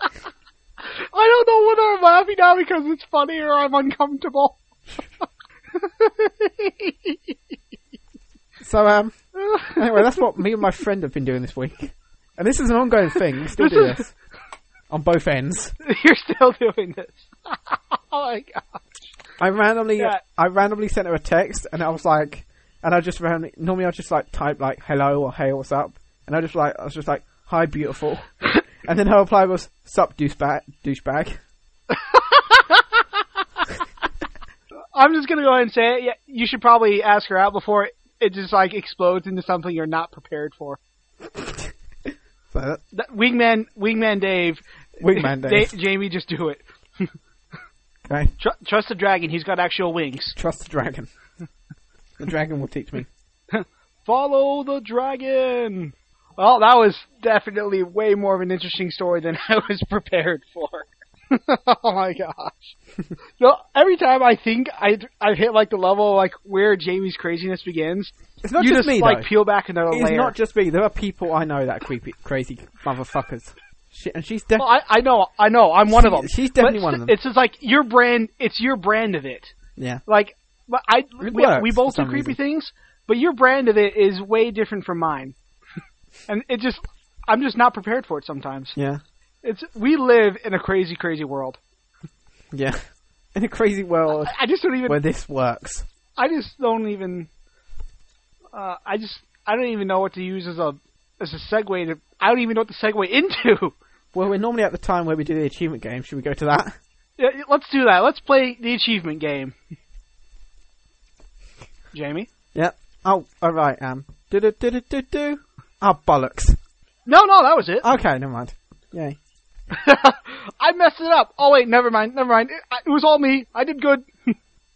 I don't know whether I'm laughing now because it's funny or I'm uncomfortable. *laughs*
So um, anyway, that's what me and my friend have been doing this week, and this is an ongoing thing. We still
This
do
is-
this on both ends.
You're still doing this. *laughs* oh my god.
I randomly
Yeah.
I randomly sent her a text, and I was like, and I just randomly normally I just like type like hello or hey what's up, and I just like I was just like hi beautiful, and then her reply was sup douchebag douchebag.
I'm just gonna go ahead and say it. Yeah, you should probably ask her out before it, it just like explodes into something you're not prepared for.
So that,
That, wingman, Wingman Dave,
Wingman
*laughs*
Dave.
Da- Jamie, just do it.
okay.
Tr- trust the dragon; he's got actual wings.
Trust the dragon. *laughs* the dragon will teach me.
Follow the dragon. Well, that was definitely way more of an interesting story than *laughs* I was prepared for. *laughs* oh my gosh! *laughs* no, every time I think I I've hit like the level like where Jamie's craziness begins,
It's not
you
just,
just
me
like
though.
peel back another
It's
layer.
not just me. There are people I know that are creepy, crazy motherfuckers. She, and she's
Well,
definitely.
I, I know, I know, I'm one of
She-
them.
she's definitely
But
one of them.
It's just like your brand. It's your brand of it.
yeah.
Like, but I we,
works
we
for
both do
some
creepy
reason.
things, but your brand of it is way different from mine. *laughs* and it just, I'm just not prepared for it sometimes.
Yeah.
It's we live in a crazy, crazy world.
Yeah. *laughs* In a crazy world
I just don't even.
where this works.
I just don't even. Uh, I just, I don't even know what to use as a as a segue to. I don't even know what to segue into. *laughs*
Well, we're normally at the time where we do the achievement game. Should we go to that?
Yeah, yeah, Let's do that. Let's play the achievement game. Jamie?
Yeah. Oh, alright, um. Do do do do do do. Oh, bollocks.
No, no, that was it.
Okay, never mind. Yay.
*laughs* I messed it up. Oh wait, never mind, never mind. It, I- it was all me. I did good.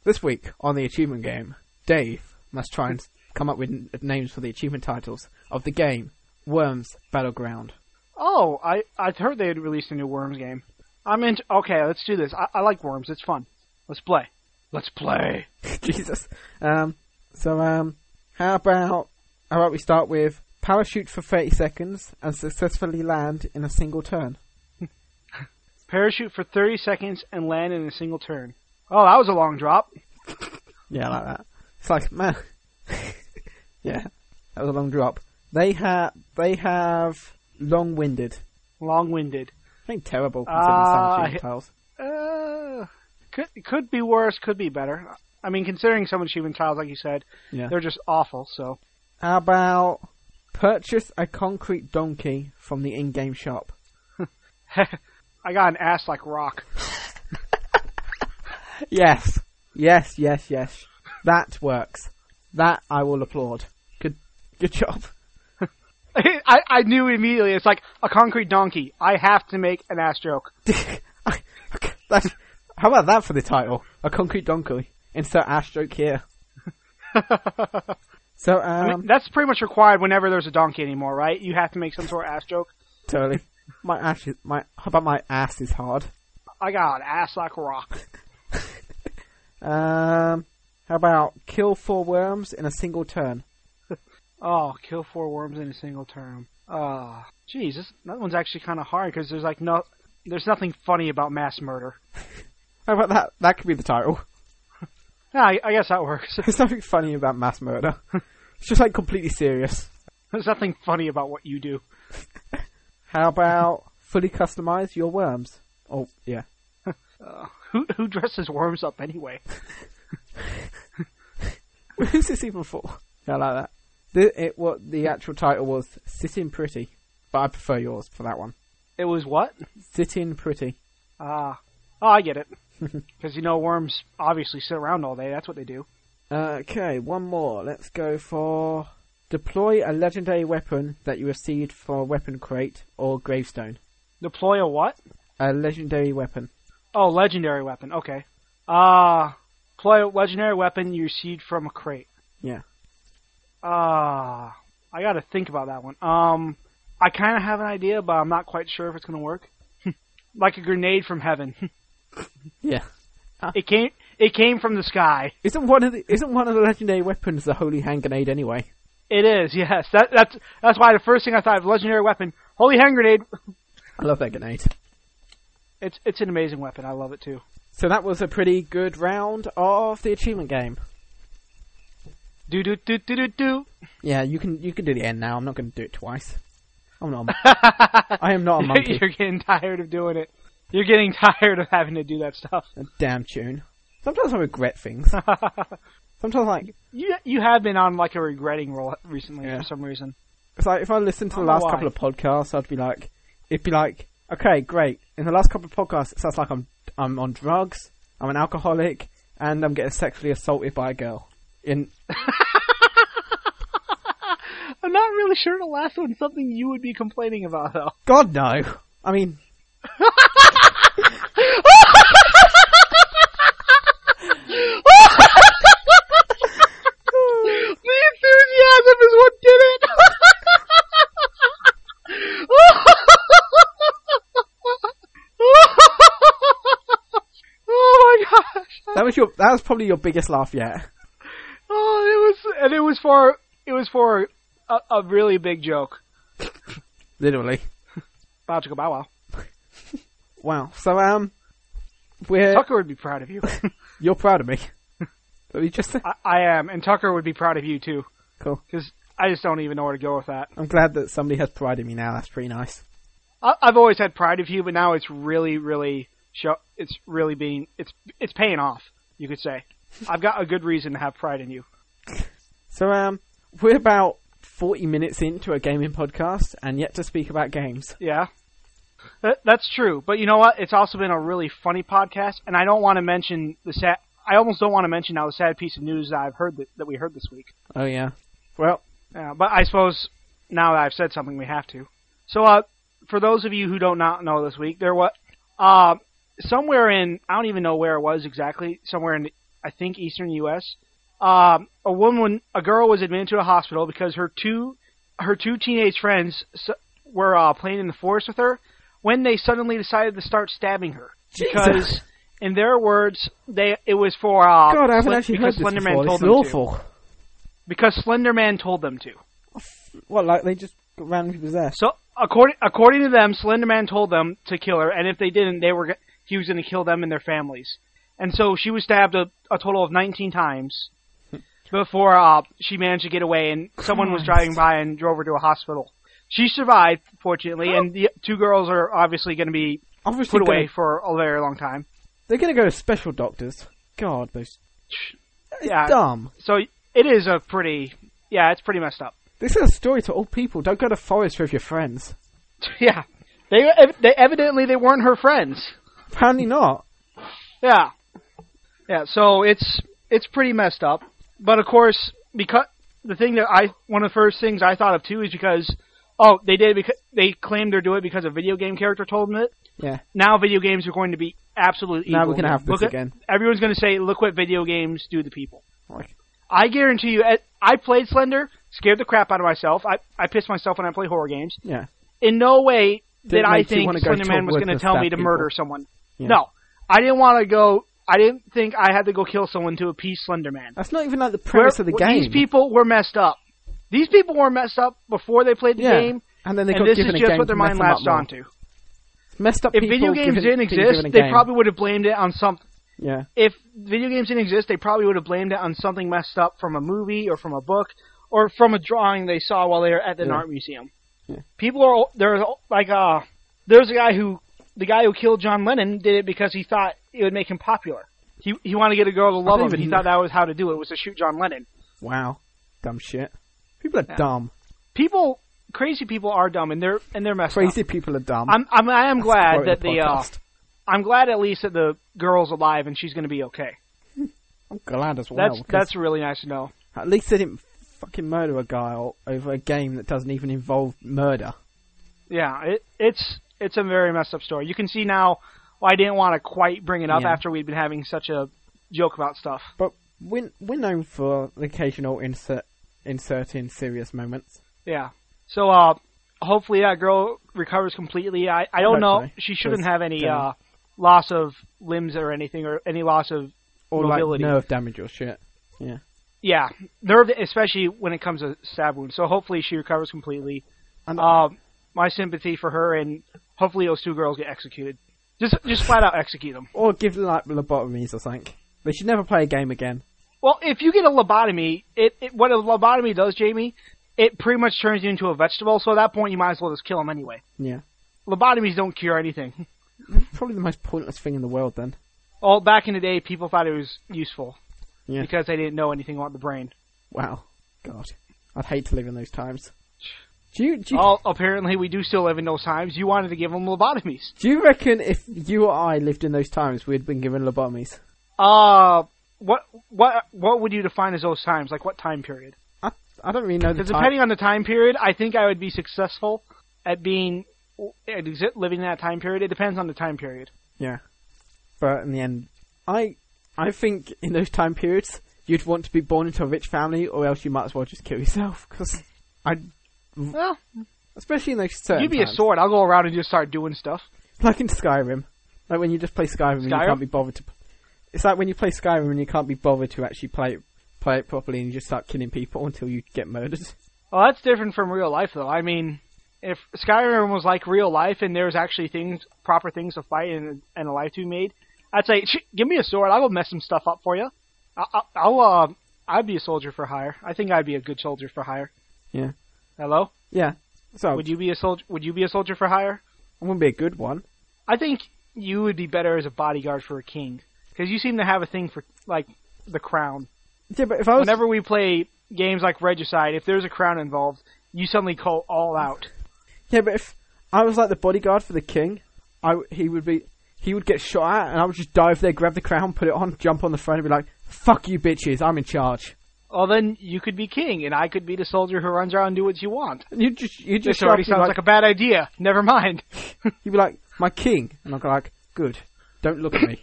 This week on the achievement game, Dave must try and come up with n- names for the achievement titles of the game Worms Battleground.
Oh, I I heard they had released a new Worms game. I'm in. Okay, let's do this. I, I like Worms. It's fun. Let's play. Let's play.
*laughs* Jesus. Um, so, um, how about how about we start with parachute for thirty seconds and successfully land in a single turn?
Parachute for 30 seconds and land in a single turn. Oh, that was a long drop.
Yeah, like that. It's like man. *laughs* yeah, that was a long drop. They have they have long winded.
Long-winded.
I think terrible
Ah,
considering some
I-
achievement tiles.
Uh, could could be worse. Could be better. I mean, considering some achievement tiles, like you said,
Yeah.
they're just awful. So
How about purchase a concrete donkey from the in-game shop?
I got an ass like rock. *laughs*
Yes, yes, yes, yes. That works. That I will applaud. Good, good job. *laughs*
I, I knew immediately. It's like a concrete donkey. I have to make an ass joke.
That's, how about that for the title? A concrete donkey. Insert ash joke here. so,
I mean,
um,
that's pretty much required whenever there's a donkey anymore, right? You have to make some sort of ass joke.
totally. My ash is my. How about my ass is hard?
I got an ass like a rock.
Um, how about kill four worms in a single turn?
Oh, kill four worms in a single turn. Ah, jeez, this- that one's actually kind of hard because there's like no, there's nothing funny about mass murder.
How about that? That could be the title. *laughs*
Yeah, I, I guess that *laughs* works.
There's nothing funny about mass murder. It's just like completely serious.
there's nothing funny about what you do.
How about fully customize your worms? Oh, yeah. *laughs*
Uh, who who dresses worms up anyway?
Who's this even for? Yeah, I like that. The, it, what the actual title was Sitting Pretty, but I prefer yours for that one.
It was what?
Sitting Pretty.
Ah, oh, I get it. Because you know worms obviously sit around all day. That's what they do.
Okay, one more. Let's go for deploy a legendary weapon that you received for weapon crate or gravestone.
Deploy a what?
A legendary weapon.
Oh, legendary weapon. Okay. Ah, deploy a legendary weapon you received from a crate.
Yeah.
Ah, I gotta think about that one. Um, I kind of have an idea, but I'm not quite sure if it's gonna work. *laughs* like a grenade from heaven. *laughs*
Yeah.
it came. It came from the sky.
Isn't one of the isn't one of the legendary weapons the holy hand grenade anyway?
It is. Yes. That, that's that's why the first thing I thought of legendary weapon, holy hand grenade.
I love that grenade.
It's it's an amazing weapon. I love it too.
So that was a pretty good round of the achievement game.
Do do do do do do.
Yeah, you can you can do the end now. I'm not going to do it twice. I'm not.
*laughs*
A, I am not a monkey.
You're getting tired of doing it. You're getting *laughs* tired of having to do that stuff. *laughs*
A damn tune. Sometimes I regret things. Sometimes like
you you have been on like a regretting roll recently
Yeah.
for some reason.
it's like if I listened to the
I don't know
last
why.
couple of podcasts, I'd be like, it'd be like, okay, great. In the last couple of podcasts, it sounds like I'm I'm on drugs, I'm an alcoholic, and I'm getting sexually assaulted by a girl. In
I'm not really sure the last one's something you would be complaining about, though.
God no. I mean,
*laughs* the enthusiasm is what did *laughs* it. oh my gosh!
that was your that was probably your biggest laugh yet.
Oh, it was, and it was for it was for a, a really big joke.
Literally.
Bow chicka bow wow.
Wow. So um, we're
Tucker would be proud of you. *laughs*
you're proud of me. *laughs* So you just
I, I am, and Tucker would be proud of you too.
cool.
Because I just don't even know where to go with that.
I'm glad that somebody has pride in me now. That's pretty nice.
I, I've always had pride of you, but now it's really, really show. It's really being. It's it's paying off. You could say. I've got a good reason to have pride in you.
So um, we're about forty minutes into a gaming podcast and yet to speak about games.
Yeah. That, that's true. But you know what? It's also been a really funny podcast, and I don't want to mention the sad. I almost don't want to mention now the sad piece of news that I've heard that, that we heard this week.
Oh yeah. Well,
Uh, but I suppose now that I've said something, we have to. So, uh, for those of you who don't not know this week, there was uh, somewhere in I don't even know where it was exactly. Somewhere in I think eastern U.S. Um, a woman, a girl, was admitted to a hospital because her two her two teenage friends s- were uh, playing in the forest with her when they suddenly decided to start stabbing her because. In their words, they it was for uh,
God, I haven't
Slen-
actually heard
because
this
Slenderman
before.
told
This is
them
awful.
to because Slenderman told them to.
What? Like they just got randomly possessed?
So according according to them, Slender Man told them to kill her, and if they didn't, they were g- he was going to kill them and their families. And so she was stabbed a, a total of 19 times before uh, she managed to get away, and someone was driving by and drove her to a hospital. She survived, fortunately, and the two girls are obviously going to be
Obviously,
put
gonna-
away for a very long time.
they're going to go to special doctors. God, those. It's
Yeah.
dumb.
So it is a pretty, yeah, it's pretty messed up. *laughs*
This is a story to old people. Don't go to forest with your friends.
Yeah, they, they evidently they weren't her friends.
Apparently not.
Yeah, yeah. So it's it's pretty messed up. But of course, because the thing that I one of the first things I thought of too is because oh they did it because they claimed they're doing it because a video game character told them it.
Yeah.
Now video games are going to be absolutely
Now
evil
we're gonna have this
Look at-
again.
everyone's going to say, look what video games do to people.
Like,
I guarantee you, I- I played Slender, scared the crap out of myself. I I pissed myself when I play horror games
yeah.
in no way did
Didn't
I
make you
think
wanna go
Slender Man
to
was going to
Woodland
tell me
stab
to
people.
murder someone.
Yeah.
No, I didn't want to go I didn't think I had to go kill someone to appease Slenderman.
That's not even like the premise of the
Where-
game.
These people were messed up. These people were messed up before they played the
yeah.
game,
and then they got
and this
given
is
a
just
game
what their
to mess
mind
them up
latched
more.
onto.
It's messed up
If
people
video games
given-
didn't
being
exist,
given a
they
game.
probably would have blamed it on some.
yeah.
If video games didn't exist, they probably would have blamed it on something messed up from a movie or from a book or from a drawing they saw while they were at an
Yeah.
art museum.
Yeah.
People are there's like uh there's a guy who the guy who killed John Lennon did it because he thought it would make him popular. He he wanted to get a girl to love
don't
him.
even
He
know.
thought that was how to do it was to shoot John Lennon.
Wow, dumb shit. People are
Yeah.
dumb.
people, crazy people are dumb, and they're and they're messed
Crazy
up.
people are dumb.
I'm, I'm I am
That's
glad
quote
that
of
the uh,
podcast.
I'm glad at least that the girl's alive and she's going to be okay.
I'm glad as well.
That's
because
that's really nice to know.
at least they didn't fucking murder a guy o- over a game that doesn't even involve murder.
Yeah, it, it's it's a very messed up story. You can see now why I didn't want to quite bring it up
Yeah.
after we'd been having such a joke about stuff.
But we're, we're known for the occasional insert inserting serious moments.
Yeah. So uh, hopefully that girl recovers completely. I I don't know.
Hopefully.
She shouldn't
Just
have any
don't.
uh loss of limbs or anything or any loss of
Or
mobility.
like nerve damage or shit. Yeah.
Yeah, nerve, especially when it comes to stab wounds. So hopefully she recovers completely.
And-
Um, my sympathy for her, and hopefully those two girls get executed. Just, just flat out execute them.
Or give like lobotomies or something. They should never play a game again.
Well, if you get a lobotomy, it, it what a lobotomy does, Jamie, it pretty much turns you into a vegetable. So at that point, you might as well just kill them anyway.
Yeah.
Lobotomies don't cure anything. *laughs*
Probably the most pointless thing in the world then.
All back in the day, people thought it was useful
Yeah.
because they didn't know anything about the brain.
Wow. God. I'd hate to live in those times. Do you, do you,
All, apparently, we do still live in those times. You wanted to give them lobotomies.
do you reckon if you or I lived in those times, we'd been given lobotomies?
Uh, what what what would you define as those times? Like what time period?
I, I don't really know the
Because
time.
depending on the time period, I think I would be successful at being at exi- living in that time period. It depends on the time period.
Yeah. But in the end, I I think in those time periods, you'd want to be born into a rich family, or else you might as well just kill yourself. Because I,
Well,
especially in those certain
you be a
times,
sword. I'll go around and just start doing stuff.
like in Skyrim, like when you just play Skyrim, and you
Skyrim?
can't be bothered to. It's like when you play Skyrim and you can't be bothered to actually play it, play it properly, and you just start killing people until you get murdered.
Well, that's different from real life, though. I mean, if Skyrim was like real life and there's actually things, proper things to fight and, and a life to be made, I'd say, "Sh- give me a sword. I'll go mess some stuff up for you. I, I, I'll uh, I'd be a soldier for hire. I think I'd be a good soldier for hire.
Yeah.
Hello.
Yeah. So
Would you be a soldier? Would you be a soldier for hire?
I wouldn't be a good one.
I think you would be better as a bodyguard for a king because you seem to have a thing for like the crown.
Yeah, but if I was
Whenever we play games like Regicide, if there's a crown involved, you suddenly call all out.
Yeah, but if I was like the bodyguard for the king, I w- he would be he would get shot at, and I would just dive there, grab the crown, put it on, jump on the throne, and be like, "Fuck you, bitches! I'm in charge."
Well, then you could be king, and I could be the soldier who runs around and do what you want.
And you just you
This
just show up
already
and be
sounds
like,
like a bad idea. Never mind.
you'd be like, "My king," and I'd go like, "Good, don't look at
*laughs*
me."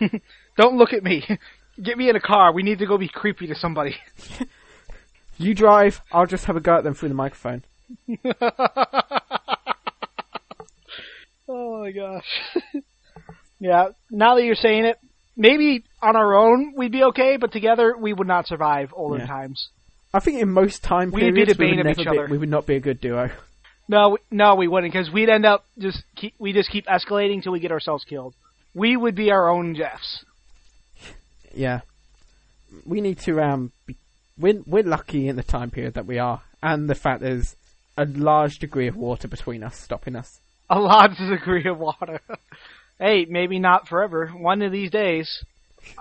*laughs* Don't look at me. *laughs* Get me in a car. We need to go be creepy to somebody. *laughs*
you drive, I'll just have a go at them through the microphone.
Oh my gosh. *laughs* yeah, now that you're saying it, maybe on our own we'd be okay, but together we would not survive older
Yeah.
times.
I think in most time
We'd be
periods
the bane
we would
of
never
each
be,
other.
we would not be a good duo.
No, we, no, we wouldn't, because we'd end up just keep, we just keep escalating till we get ourselves killed. We would be our own Jeffs. *laughs*
Yeah, we need to um, be, we're we're lucky in the time period that we are, and the fact there's a large degree of water between us, stopping us.
A large degree of water. *laughs* hey, maybe not forever. One of these days,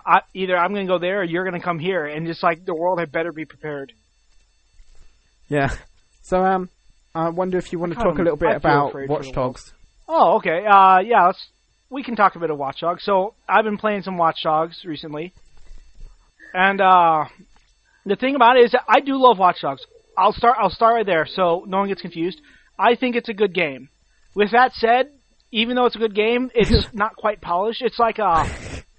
I, either I'm going to go there or you're going to come here, and just like the world had better be prepared.
Yeah. So um, I wonder if you want to
kinda-
talk a little
I
bit
Um, feel
about
afraid for
Watch
the world.
Dogs.
Oh, okay. Uh, yeah, let's, we can talk a bit of Watch Dogs. So I've been playing some Watch Dogs recently, and uh, the thing about it is that I do love Watch Dogs. I'll start. I'll start right there, so no one gets confused. I think it's a good game. With that said, even though it's a good game, it's not quite polished. It's like uh,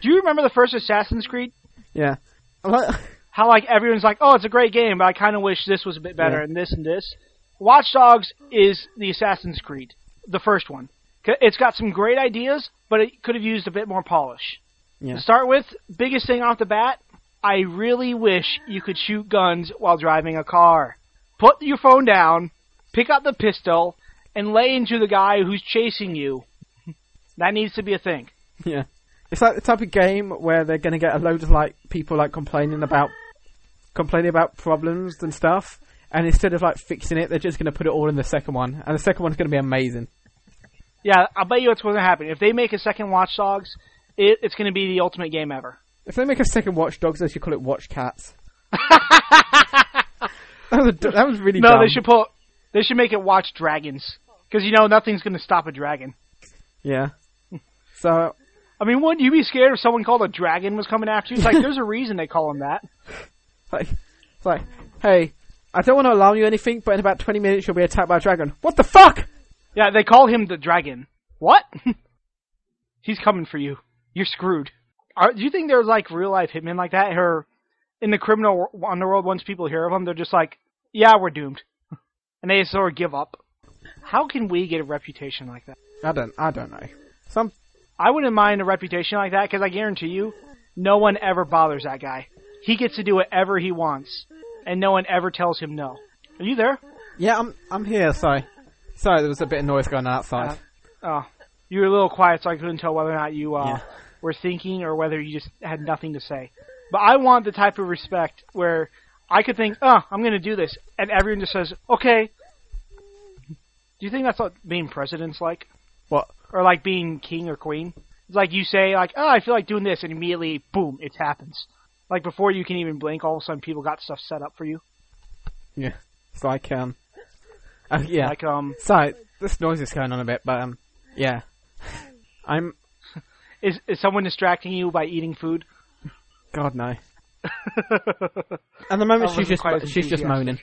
do you remember the first Assassin's Creed?
Yeah. I like-
how like everyone's like, oh, it's a great game, but I kind of wish this was a bit better
Yeah.
and this and this. Watch Dogs is the Assassin's Creed, the first one. C- It's got some great ideas, but it could have used a bit more polish.
Yeah.
To start with, biggest thing off the bat, I really wish you could shoot guns while driving a car. Put your phone down, pick up the pistol, and lay into the guy who's chasing you. *laughs* that needs to be a thing.
*laughs* Yeah. It's like the type of game where they're going to get a load of like people like complaining about complaining about problems and stuff, and instead of like fixing it, they're just going to put it all in the second one, and the second one's going to be amazing.
Yeah, I'll bet you it's going to happen. If they make a second Watch Dogs, it, it's going to be the ultimate game ever.
If they make a second Watch Dogs, they should call it Watch Cats. *laughs* that was a d that was really
No,
dumb.
they should pull. They should make it Watch Dragons because you know nothing's going to stop a dragon.
Yeah. So
I mean, wouldn't you be scared if someone called a dragon was coming after you? It's like there's a reason they call him that.
like, it's like, hey, I don't want to alarm you or anything, but in about twenty minutes you'll be attacked by a dragon. What the fuck?
Yeah, they call him the dragon. What? *laughs* He's coming for you. You're screwed. Are, do you think there's like real life hitmen like that? Or in the criminal w- underworld, once people hear of them, they're just like, yeah, we're doomed, *laughs* and they sort of give up. How can we get a reputation like that?
I don't, I don't know. Some
I wouldn't mind a reputation like that because I guarantee you, no one ever bothers that guy. He gets to do whatever he wants, and no one ever tells him no. Are you there?
Yeah, I'm I'm here. Sorry, sorry, there was a bit of noise going on outside.
Oh, you were a little quiet, so I couldn't tell whether or not you uh,
Yeah.
were thinking or whether you just had nothing to say. But I want the type of respect where I could think, "Oh, I'm going to do this," and everyone just says, "Okay." Do you think that's what being president's like,
What?
or like being king or queen? It's like you say, "Like, oh, I feel like doing this," and immediately, boom, it happens. Like before you can even blink, all of a sudden people got stuff set up for you.
Yeah, it's like um, oh yeah.
Like um,
sorry, this noise is going on a bit, but um, yeah, I'm.
is is someone distracting you by eating food?
God no. At the *laughs* moment,
That
she's
wasn't
just
quite
she's just
enthusiastic.
moaning.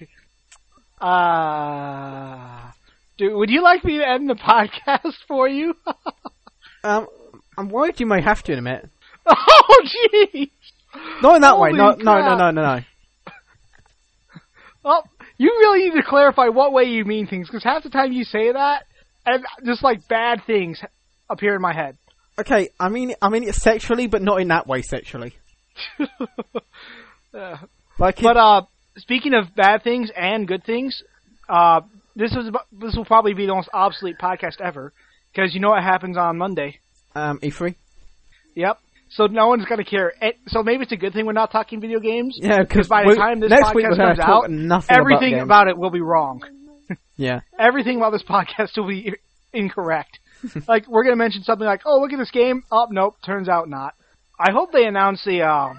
Ah, dude, would you like me to end the *laughs* podcast for you? *laughs*
Um, I'm worried you may have to in a minute.
oh, jeez.
Not in that way.
Holy
No, no, no,
crap.
no, no, no.
Well, you really need to clarify what way you mean things, because half the time you say that, and just like bad things appear in my head.
Okay, I mean, I mean it sexually, but not in that way
*laughs*
sexually. Like, it-
But uh, speaking of bad things and good things, uh, this is about- this will probably be the most obsolete podcast ever, because you know what happens on Monday.
um, E3.
Yep. So no one's gonna care. And- So maybe it's a good thing we're not talking video games.
Yeah, 'cause
because by the
we-
time this
next
podcast
week we're gonna
comes
talk
out,
nothing about
everything
games.
about it will be wrong.
Yeah,
Everything about this podcast will be *laughs*
*laughs*
incorrect. like we're gonna mention something like, "Oh, look at this game." Oh, nope. Turns out not. I hope they announce the uh,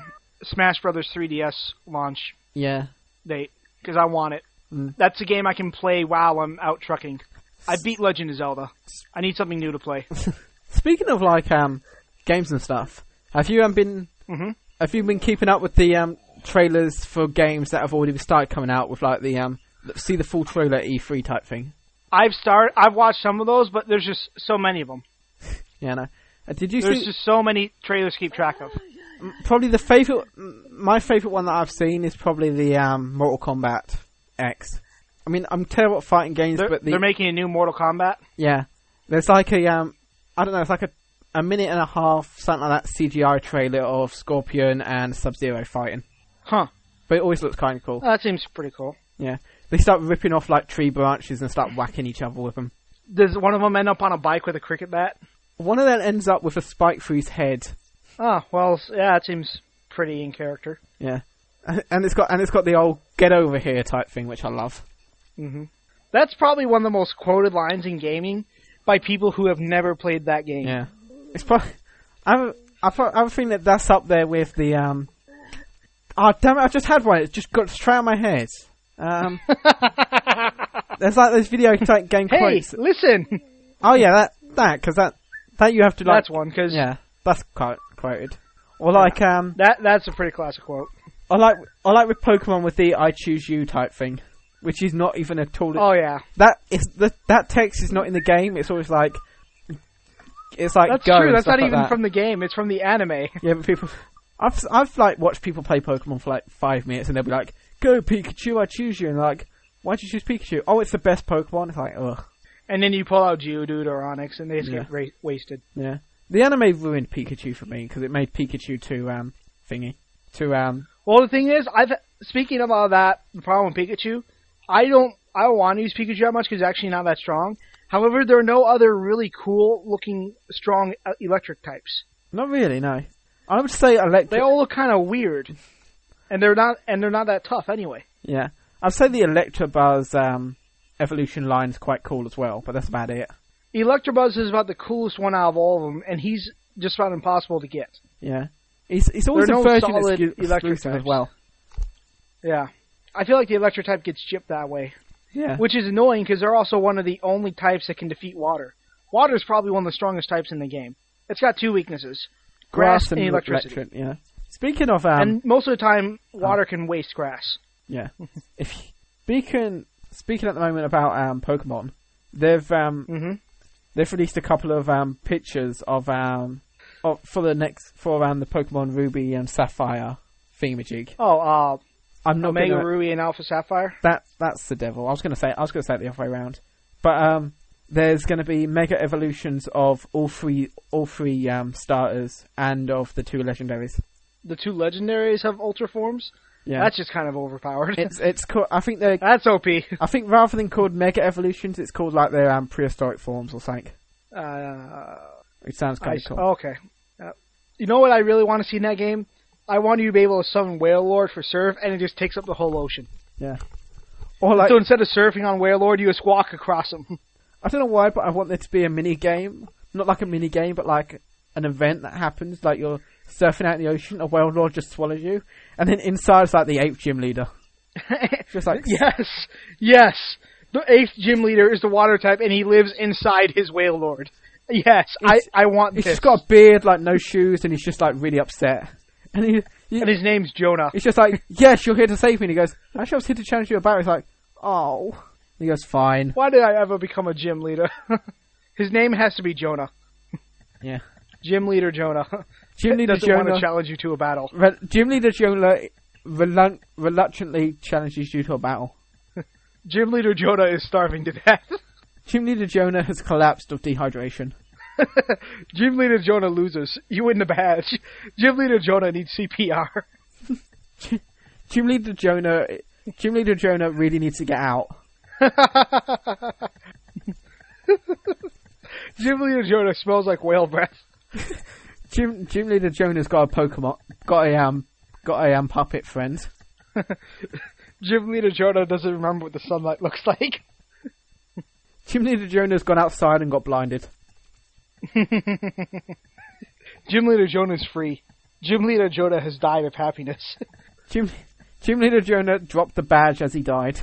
Smash Brothers 3DS launch
yeah.
date because I want it.
Hmm.
That's a game I can play while I'm out trucking. I beat Legend of Zelda. I need something new to play.
Speaking of like um games and stuff, have you um, been
Mhm.
have you been keeping up with the um trailers for games that have already started coming out with like the um see the full trailer at E3 type thing?
I've started. I've watched some of those, but there's just so many of them.
Yeah, no. Uh, did you
There's
see
just so many trailers to keep track of.
probably the favorite m- my favorite one that I've seen is probably the um Mortal Kombat X. I mean, I'm terrible at fighting games,
They're,
but the
they're making a new Mortal Kombat.
yeah, there's like a um I don't know, it's like a a minute and a half something like that CGI trailer of Scorpion and Sub Zero fighting,
Huh.
but it always looks kind of cool.
Oh, That seems pretty cool.
Yeah. They start ripping off like tree branches and start whacking each other with them.
Does one of them end up on a bike with a cricket bat?
One of them ends up with a spike through his head.
Oh, well, s- yeah, that seems pretty in character.
Yeah. *laughs* And it's got and it's got the old get over here type thing which I love.
That's probably one of the most quoted lines in gaming by people who have never played that game.
Yeah. It's probably I have a- I pro- I have a feeling that that's up there with the um Oh damn it, I just had one. It just got straight out of my head.
*laughs*
Um There's like those video type game
Hey,
quotes.
listen! *laughs*
Oh yeah, that that cuz that that you have to like
That's one, because
Yeah. That's quite quoted. Or like um
that, that's a pretty classic quote.
I like I like with Pokemon with the I choose you type thing, which is not even at all.
Oh, yeah.
That is the, that text is not in the game. It's always like it's like
That's
go
true.
and
That's
stuff
not
like
even
that.
from the game, it's from the anime. *laughs*
yeah, but people. I've I've like watched people play Pokemon for like five minutes and they'll be like, "Go Pikachu, I choose you," and like, "Why'd you choose Pikachu?" Oh, it's the best Pokemon. It's like, ugh,
And then you pull out Geodude or Onyx, and they just
Yeah.
get ra- wasted.
yeah. The anime ruined Pikachu for me because it made Pikachu too um thingy, too um
Well, the thing is, I've speaking about that the problem with Pikachu, I don't I don't want to use Pikachu that much because actually not that strong. However, there are no other really cool looking strong uh, electric types.
not really no. I would say electric.
They all look kind of weird, and they're not and they're not that tough anyway.
yeah, I'd say the Electabuzz um evolution line's quite cool as well, but that's about it.
Electabuzz is about the coolest one out of all of them, and he's just about impossible to get.
Yeah, he's he's always
There are
a
no
virgin
solid
excu-
electric
exclusive as
types.
well.
Yeah, I feel like the electric type gets chipped that way,
Yeah,
which is annoying because they're also one of the only types that can defeat water. Water is probably one of the strongest types in the game. It's got two weaknesses: grass, and, electricity.
electric, yeah. Speaking of um,
and most of the time, water can waste grass.
Yeah. if you- speaking speaking at the moment about um, Pokemon, they've um,
Mhm.
they've released a couple of um, pictures of um of, for the next for around the Pokemon Ruby and Sapphire thingamajig.
Oh, uh,
I'm not
Omega
gonna,
Ruby and Alpha Sapphire.
that that's the devil. I was gonna say I was gonna say it the other way around, but um. There's going to be mega evolutions of all three, all three um, starters, and of the two legendaries.
The two legendaries have ultra forms.
Yeah,
That's just kind of overpowered.
it's it's. Cool. I think they're
*laughs* That's OP.
I think rather than called mega evolutions, it's called like their um, prehistoric forms or something.
Uh,
It sounds
I
kind of
s-
cool.
Okay. Uh, you know what I really want to see in that game? I want you to be able to summon Whale Lord for surf, and it just takes up the whole ocean.
Yeah. Or like,
so instead of surfing on Whale Lord, you just walk across him. *laughs*
I don't know why, but I want there to be a mini game, not like a mini game, but like an event that happens. Like you're surfing out in the ocean, a whale lord just swallows you, and then inside is like the ape gym leader, just like
yes, yes. The eighth gym leader is the water type, and he lives inside his Whale Lord. Yes,
It's-
I I want
he's
this.
just got a beard, like no shoes, and he's just like really upset, and he, he-
and his name's Jonah.
he's just like, yes, you're here to save me. And he goes, actually, I was here to challenge you about. it." He's like, oh, and he goes, fine,
Why did I ever become a gym leader? *laughs* His name has to be Jonah.
yeah.
Gym leader Jonah.
Gym leader
Doesn't want
Jonah
to challenge you to a battle.
Re- Jim Lee Jonah relun- reluctantly challenges you to a battle.
Gym leader Jonah is starving to death. *laughs*
Jim Lee Jonah has collapsed of dehydration.
Gym leader Jonah loses. You win the badge. Gym leader Jonah needs CPR.
Jim Lee Jonah, Jim Lee Jonah really needs to get out.
*laughs* Gym leader Jonah smells like whale breath.
Jim Jim Lee Jonah's got a Pokemon, got a um, got a um puppet friend.
Gym leader Jonah doesn't remember what the sunlight looks like. *laughs*
Jim Lee Jonah's gone outside and got blinded.
Gym leader Jonah is free. Gym leader Jonah has died of happiness. *laughs*
Jim Jim Lee Jonah dropped the badge as he died.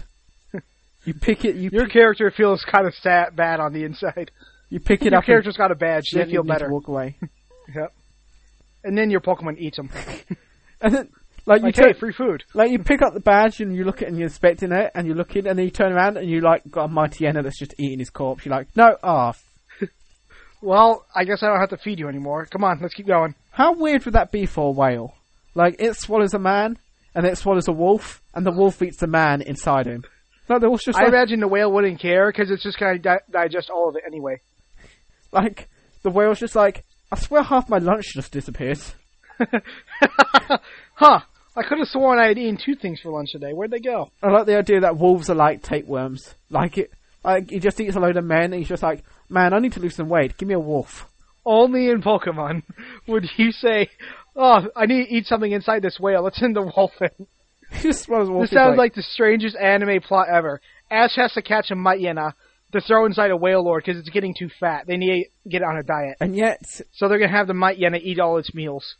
You pick it, you
Your
pick,
character feels kind of sad, bad on the
*laughs*
inside.
you pick it
Your
up. and
character's got a badge. They
gently
feel
need to
better.
Walk away, *laughs*
Yep. And then your Pokemon eats them.
and then like you
Like,
take-
hey, free food.
Like you pick up the badge and you look at it and you're inspecting it and you look in and then you turn around and you like got a mighty Enna that's just eating his corpse. You're like, no, ah, f
Well, I guess I don't have to feed you anymore. Come on, let's keep going.
how weird would that be for a whale? Like it swallows a man and it swallows a wolf and the wolf eats the man inside him. Like the wolf's just
I
like,
imagine the whale wouldn't care because it's just going to di- digest all of it anyway. *laughs*
like the whale's just like, I swear half my lunch just disappeared.
huh. I could have sworn I had eaten two things for lunch today. Where'd they go?
I like the idea that wolves are like tapeworms. Like it, like he just eats a load of men and he's just like, man, I need to lose some weight. Give me a wolf. *laughs*
Only in Pokemon *laughs* would you say, oh, I need to eat something inside this whale. Let's end the whole thing.
He just swallows a wolf.
This
He's
sounds like the strangest anime plot ever. Ash has to catch a Myena to throw inside a whale lord because it's getting too fat. They need to get it on a diet.
and yet,
So they're going to have the Myena eat all its meals.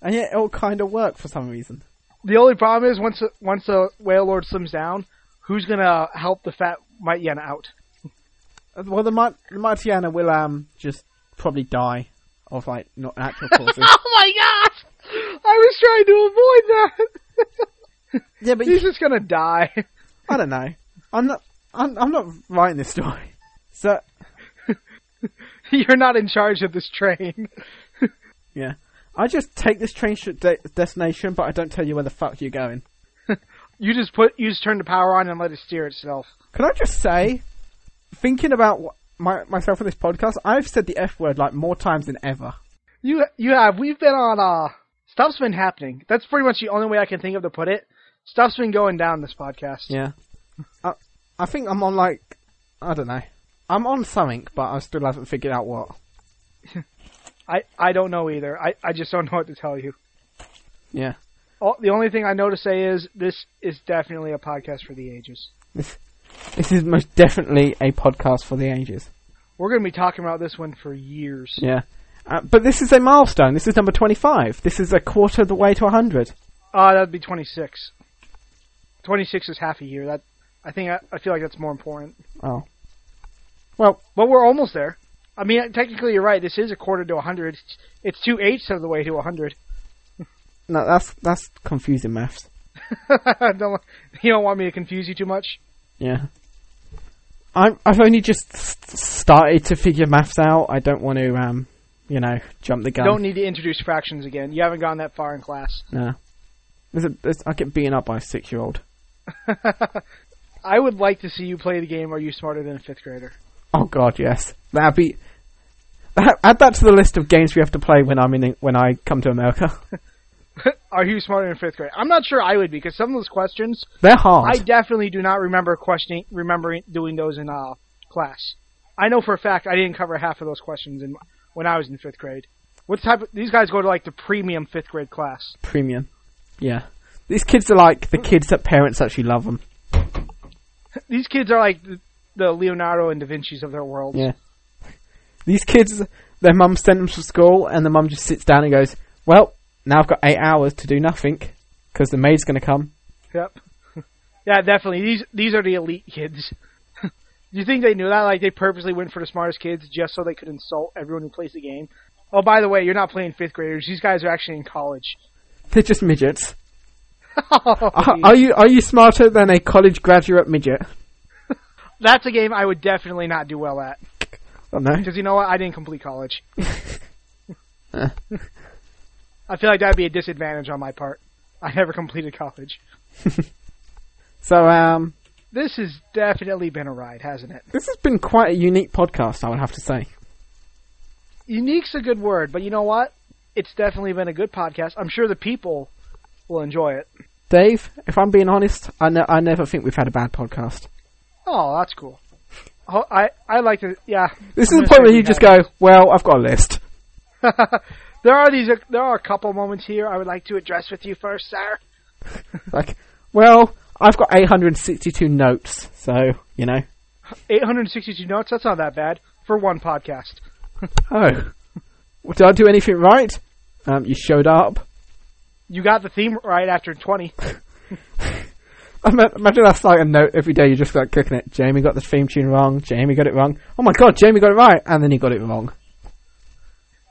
and yet it all kind of work for some reason.
The only problem is once once the whale lord slims down, who's gonna help the fat Might Yen out?
Well, the, Mi- the Martiana will um just probably die of like not *laughs* natural causes.
*laughs* Oh my gosh! I was trying to *laughs* avoid that.
yeah, but *laughs*
He's just gonna die. *laughs*
I don't know. I'm not. I'm, I'm not writing this story. *laughs* So
You're not in charge of this train.
yeah, I just take this train to de- destination, but I don't tell you where the fuck you're going.
You just put you just turn the power on and let it steer itself.
Can I just say, thinking about wh- my, myself on this podcast, I've said the F word like more times than ever.
You you have. We've been on. uh Stuff's been happening. That's pretty much the only way I can think of to put it. Stuff's been going down this podcast.
Yeah. I, I think I'm on like, I don't know. I'm on something, but I still haven't figured out what.
I I don't know either. I I just don't *laughs* know what to tell you.
Yeah.
All, the only thing I know to say is this is definitely a podcast for the ages.
This, this is most definitely a podcast for the ages.
We're going to be talking about this one for years.
Yeah. Uh, but this is a milestone. This is number 25. This is a quarter of the way to 100.
Uh, that'd be 26. 26 is half a year. That I think I, I feel like that's more important.
Oh.
Well, but we're almost there. I mean, technically you're right. This is a quarter to 100. It's, it's two eighths of the way to 100.
No, that's, that's confusing maths.
*laughs* don't, want- you don't want me to confuse you too much?
Yeah. I'm, I've only just st- started to figure maths out. I don't want to, um, you know, jump the gun.
Don't need to introduce fractions again. You haven't gone that far in class.
No. There's a, there's, I get beaten up by a six year old.
I would like to see you play the game Are You Smarter Than a Fifth Grader?
Oh god, yes. That'd be. Add that to the list of games we have to play when I'm in when I come to *laughs* America.
Are you smarter than fifth grade? I'm not sure I would be because some of those questions
They're hard.
I definitely do not remember questioning, remembering doing those in uh, class. I know for a fact I didn't cover half of those questions in, when I was in fifth grade. What type of these guys go to like the premium fifth grade class?
Premium. Yeah. These kids are like the kids that parents actually love them.
These kids are like the, the Leonardo and Da Vinci's of their world.
Yeah. These kids, their mum sent them to school, and the mum just sits down and goes, "Well, now I've got eight hours to do nothing because the maid's going to come." *laughs*
Yep. *laughs* yeah, definitely. These these are the elite kids. *laughs* do you think they knew that? Like they purposely went for the smartest kids just so they could insult everyone who plays the game. Oh, by the way, you're not playing fifth graders. These guys are actually in college. *laughs*
They're just midgets. Are, are you are you smarter than a college graduate midget?
That's a game I would definitely not do well at.
Oh no.
Because you know what? I didn't complete college. I feel like that'd be a disadvantage on my part. I never completed college.
So um,
This has definitely been a ride, hasn't it?
this has been quite a unique podcast, I would have to say.
Unique's a good word, but you know what? It's definitely been a good podcast. I'm sure the people will enjoy it.
Dave, if I'm being honest, I ne- I never think we've had a bad podcast.
Oh, that's cool. Oh, I I like to yeah.
This
I'm
is the
gonna
point
say
where you
we
just
have-
go, "Well, I've got a list."
*laughs* there are these there are a couple moments here I would like to address with you first, sir.
Like, well, I've got 862 notes, so you know.
862 notes. That's not that bad for one podcast.
Oh, Well, *laughs* did I do anything right? Um, you showed up.
You got the theme right after 20.
Ima- Imagine that's like a note every day. You're just like clicking it. Jamie got the theme tune wrong. Jamie got it wrong. Oh my god, Jamie got it right, and then he got it wrong.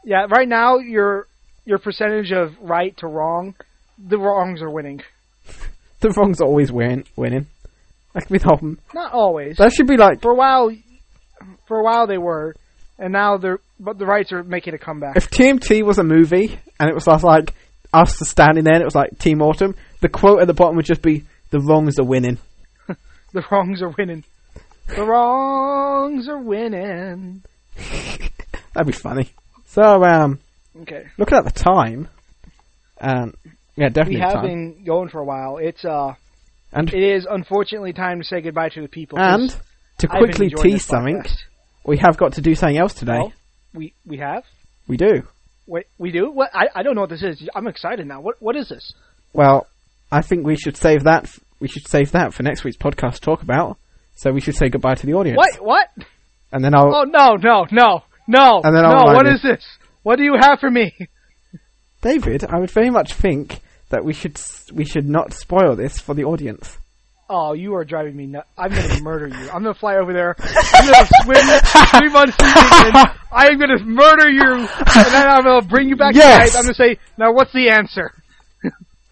Yeah, right now your your percentage of right to wrong, the wrongs are winning.
The wrongs are always win- winning. Like with Hoppen.
Not always.
That should be like
for a while, for a while they were, and now they're but the rights are making a comeback.
if TMT was a movie and it was like, like us standing there and it was like Team Autumn, the quote at the bottom would just be the wrongs are winning.
The wrongs are winning. The wrongs are winning.
That'd be funny. So um
Okay,
looking at the time um yeah,
we
definitely
have
time.
been going for a while. It's uh,
and
it is unfortunately time to say goodbye to the people. 'cause
and to
I've been
quickly
enjoying this
tease something,
podcast.
we have got to do something else today.
Well, we we have.
We do.
Wait, we do? What? I, I don't know what this is. I'm excited now. What what is this?
Well, I think we should save that. f- We should save that for next week's podcast to talk about. So we should say goodbye to the audience.
What what?
And then I'll
Oh no no no no
And then
no!
I'll remind
What
you.
is this? What do you have for me?
David. I would very much think that we should s- we should not spoil this for the
*laughs*
audience.
Oh, you are driving me nuts! I'm gonna *laughs* murder you. I'm gonna fly over there. I'm gonna swim three months to the I am gonna murder you, and then I'm gonna bring you back
Yes.
tonight. I'm gonna say, now what's the answer?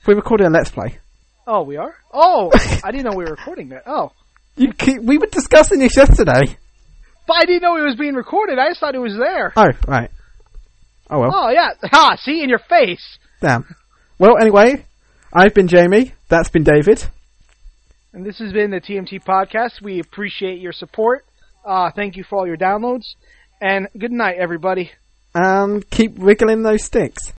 We're recording a let's play.
Oh, we are. Oh, I didn't know we were recording that. Oh,
You keep, we were discussing this yesterday.
but I didn't know it was being recorded. I just thought it was there.
Oh right. Oh well.
Oh yeah. Ha! See in your face.
Damn. Well, anyway, I've been Jamie. That's been David.
And this has been the TMT podcast. We appreciate your support. Uh, thank you for all your downloads, and good night, everybody.
And keep wiggling those sticks.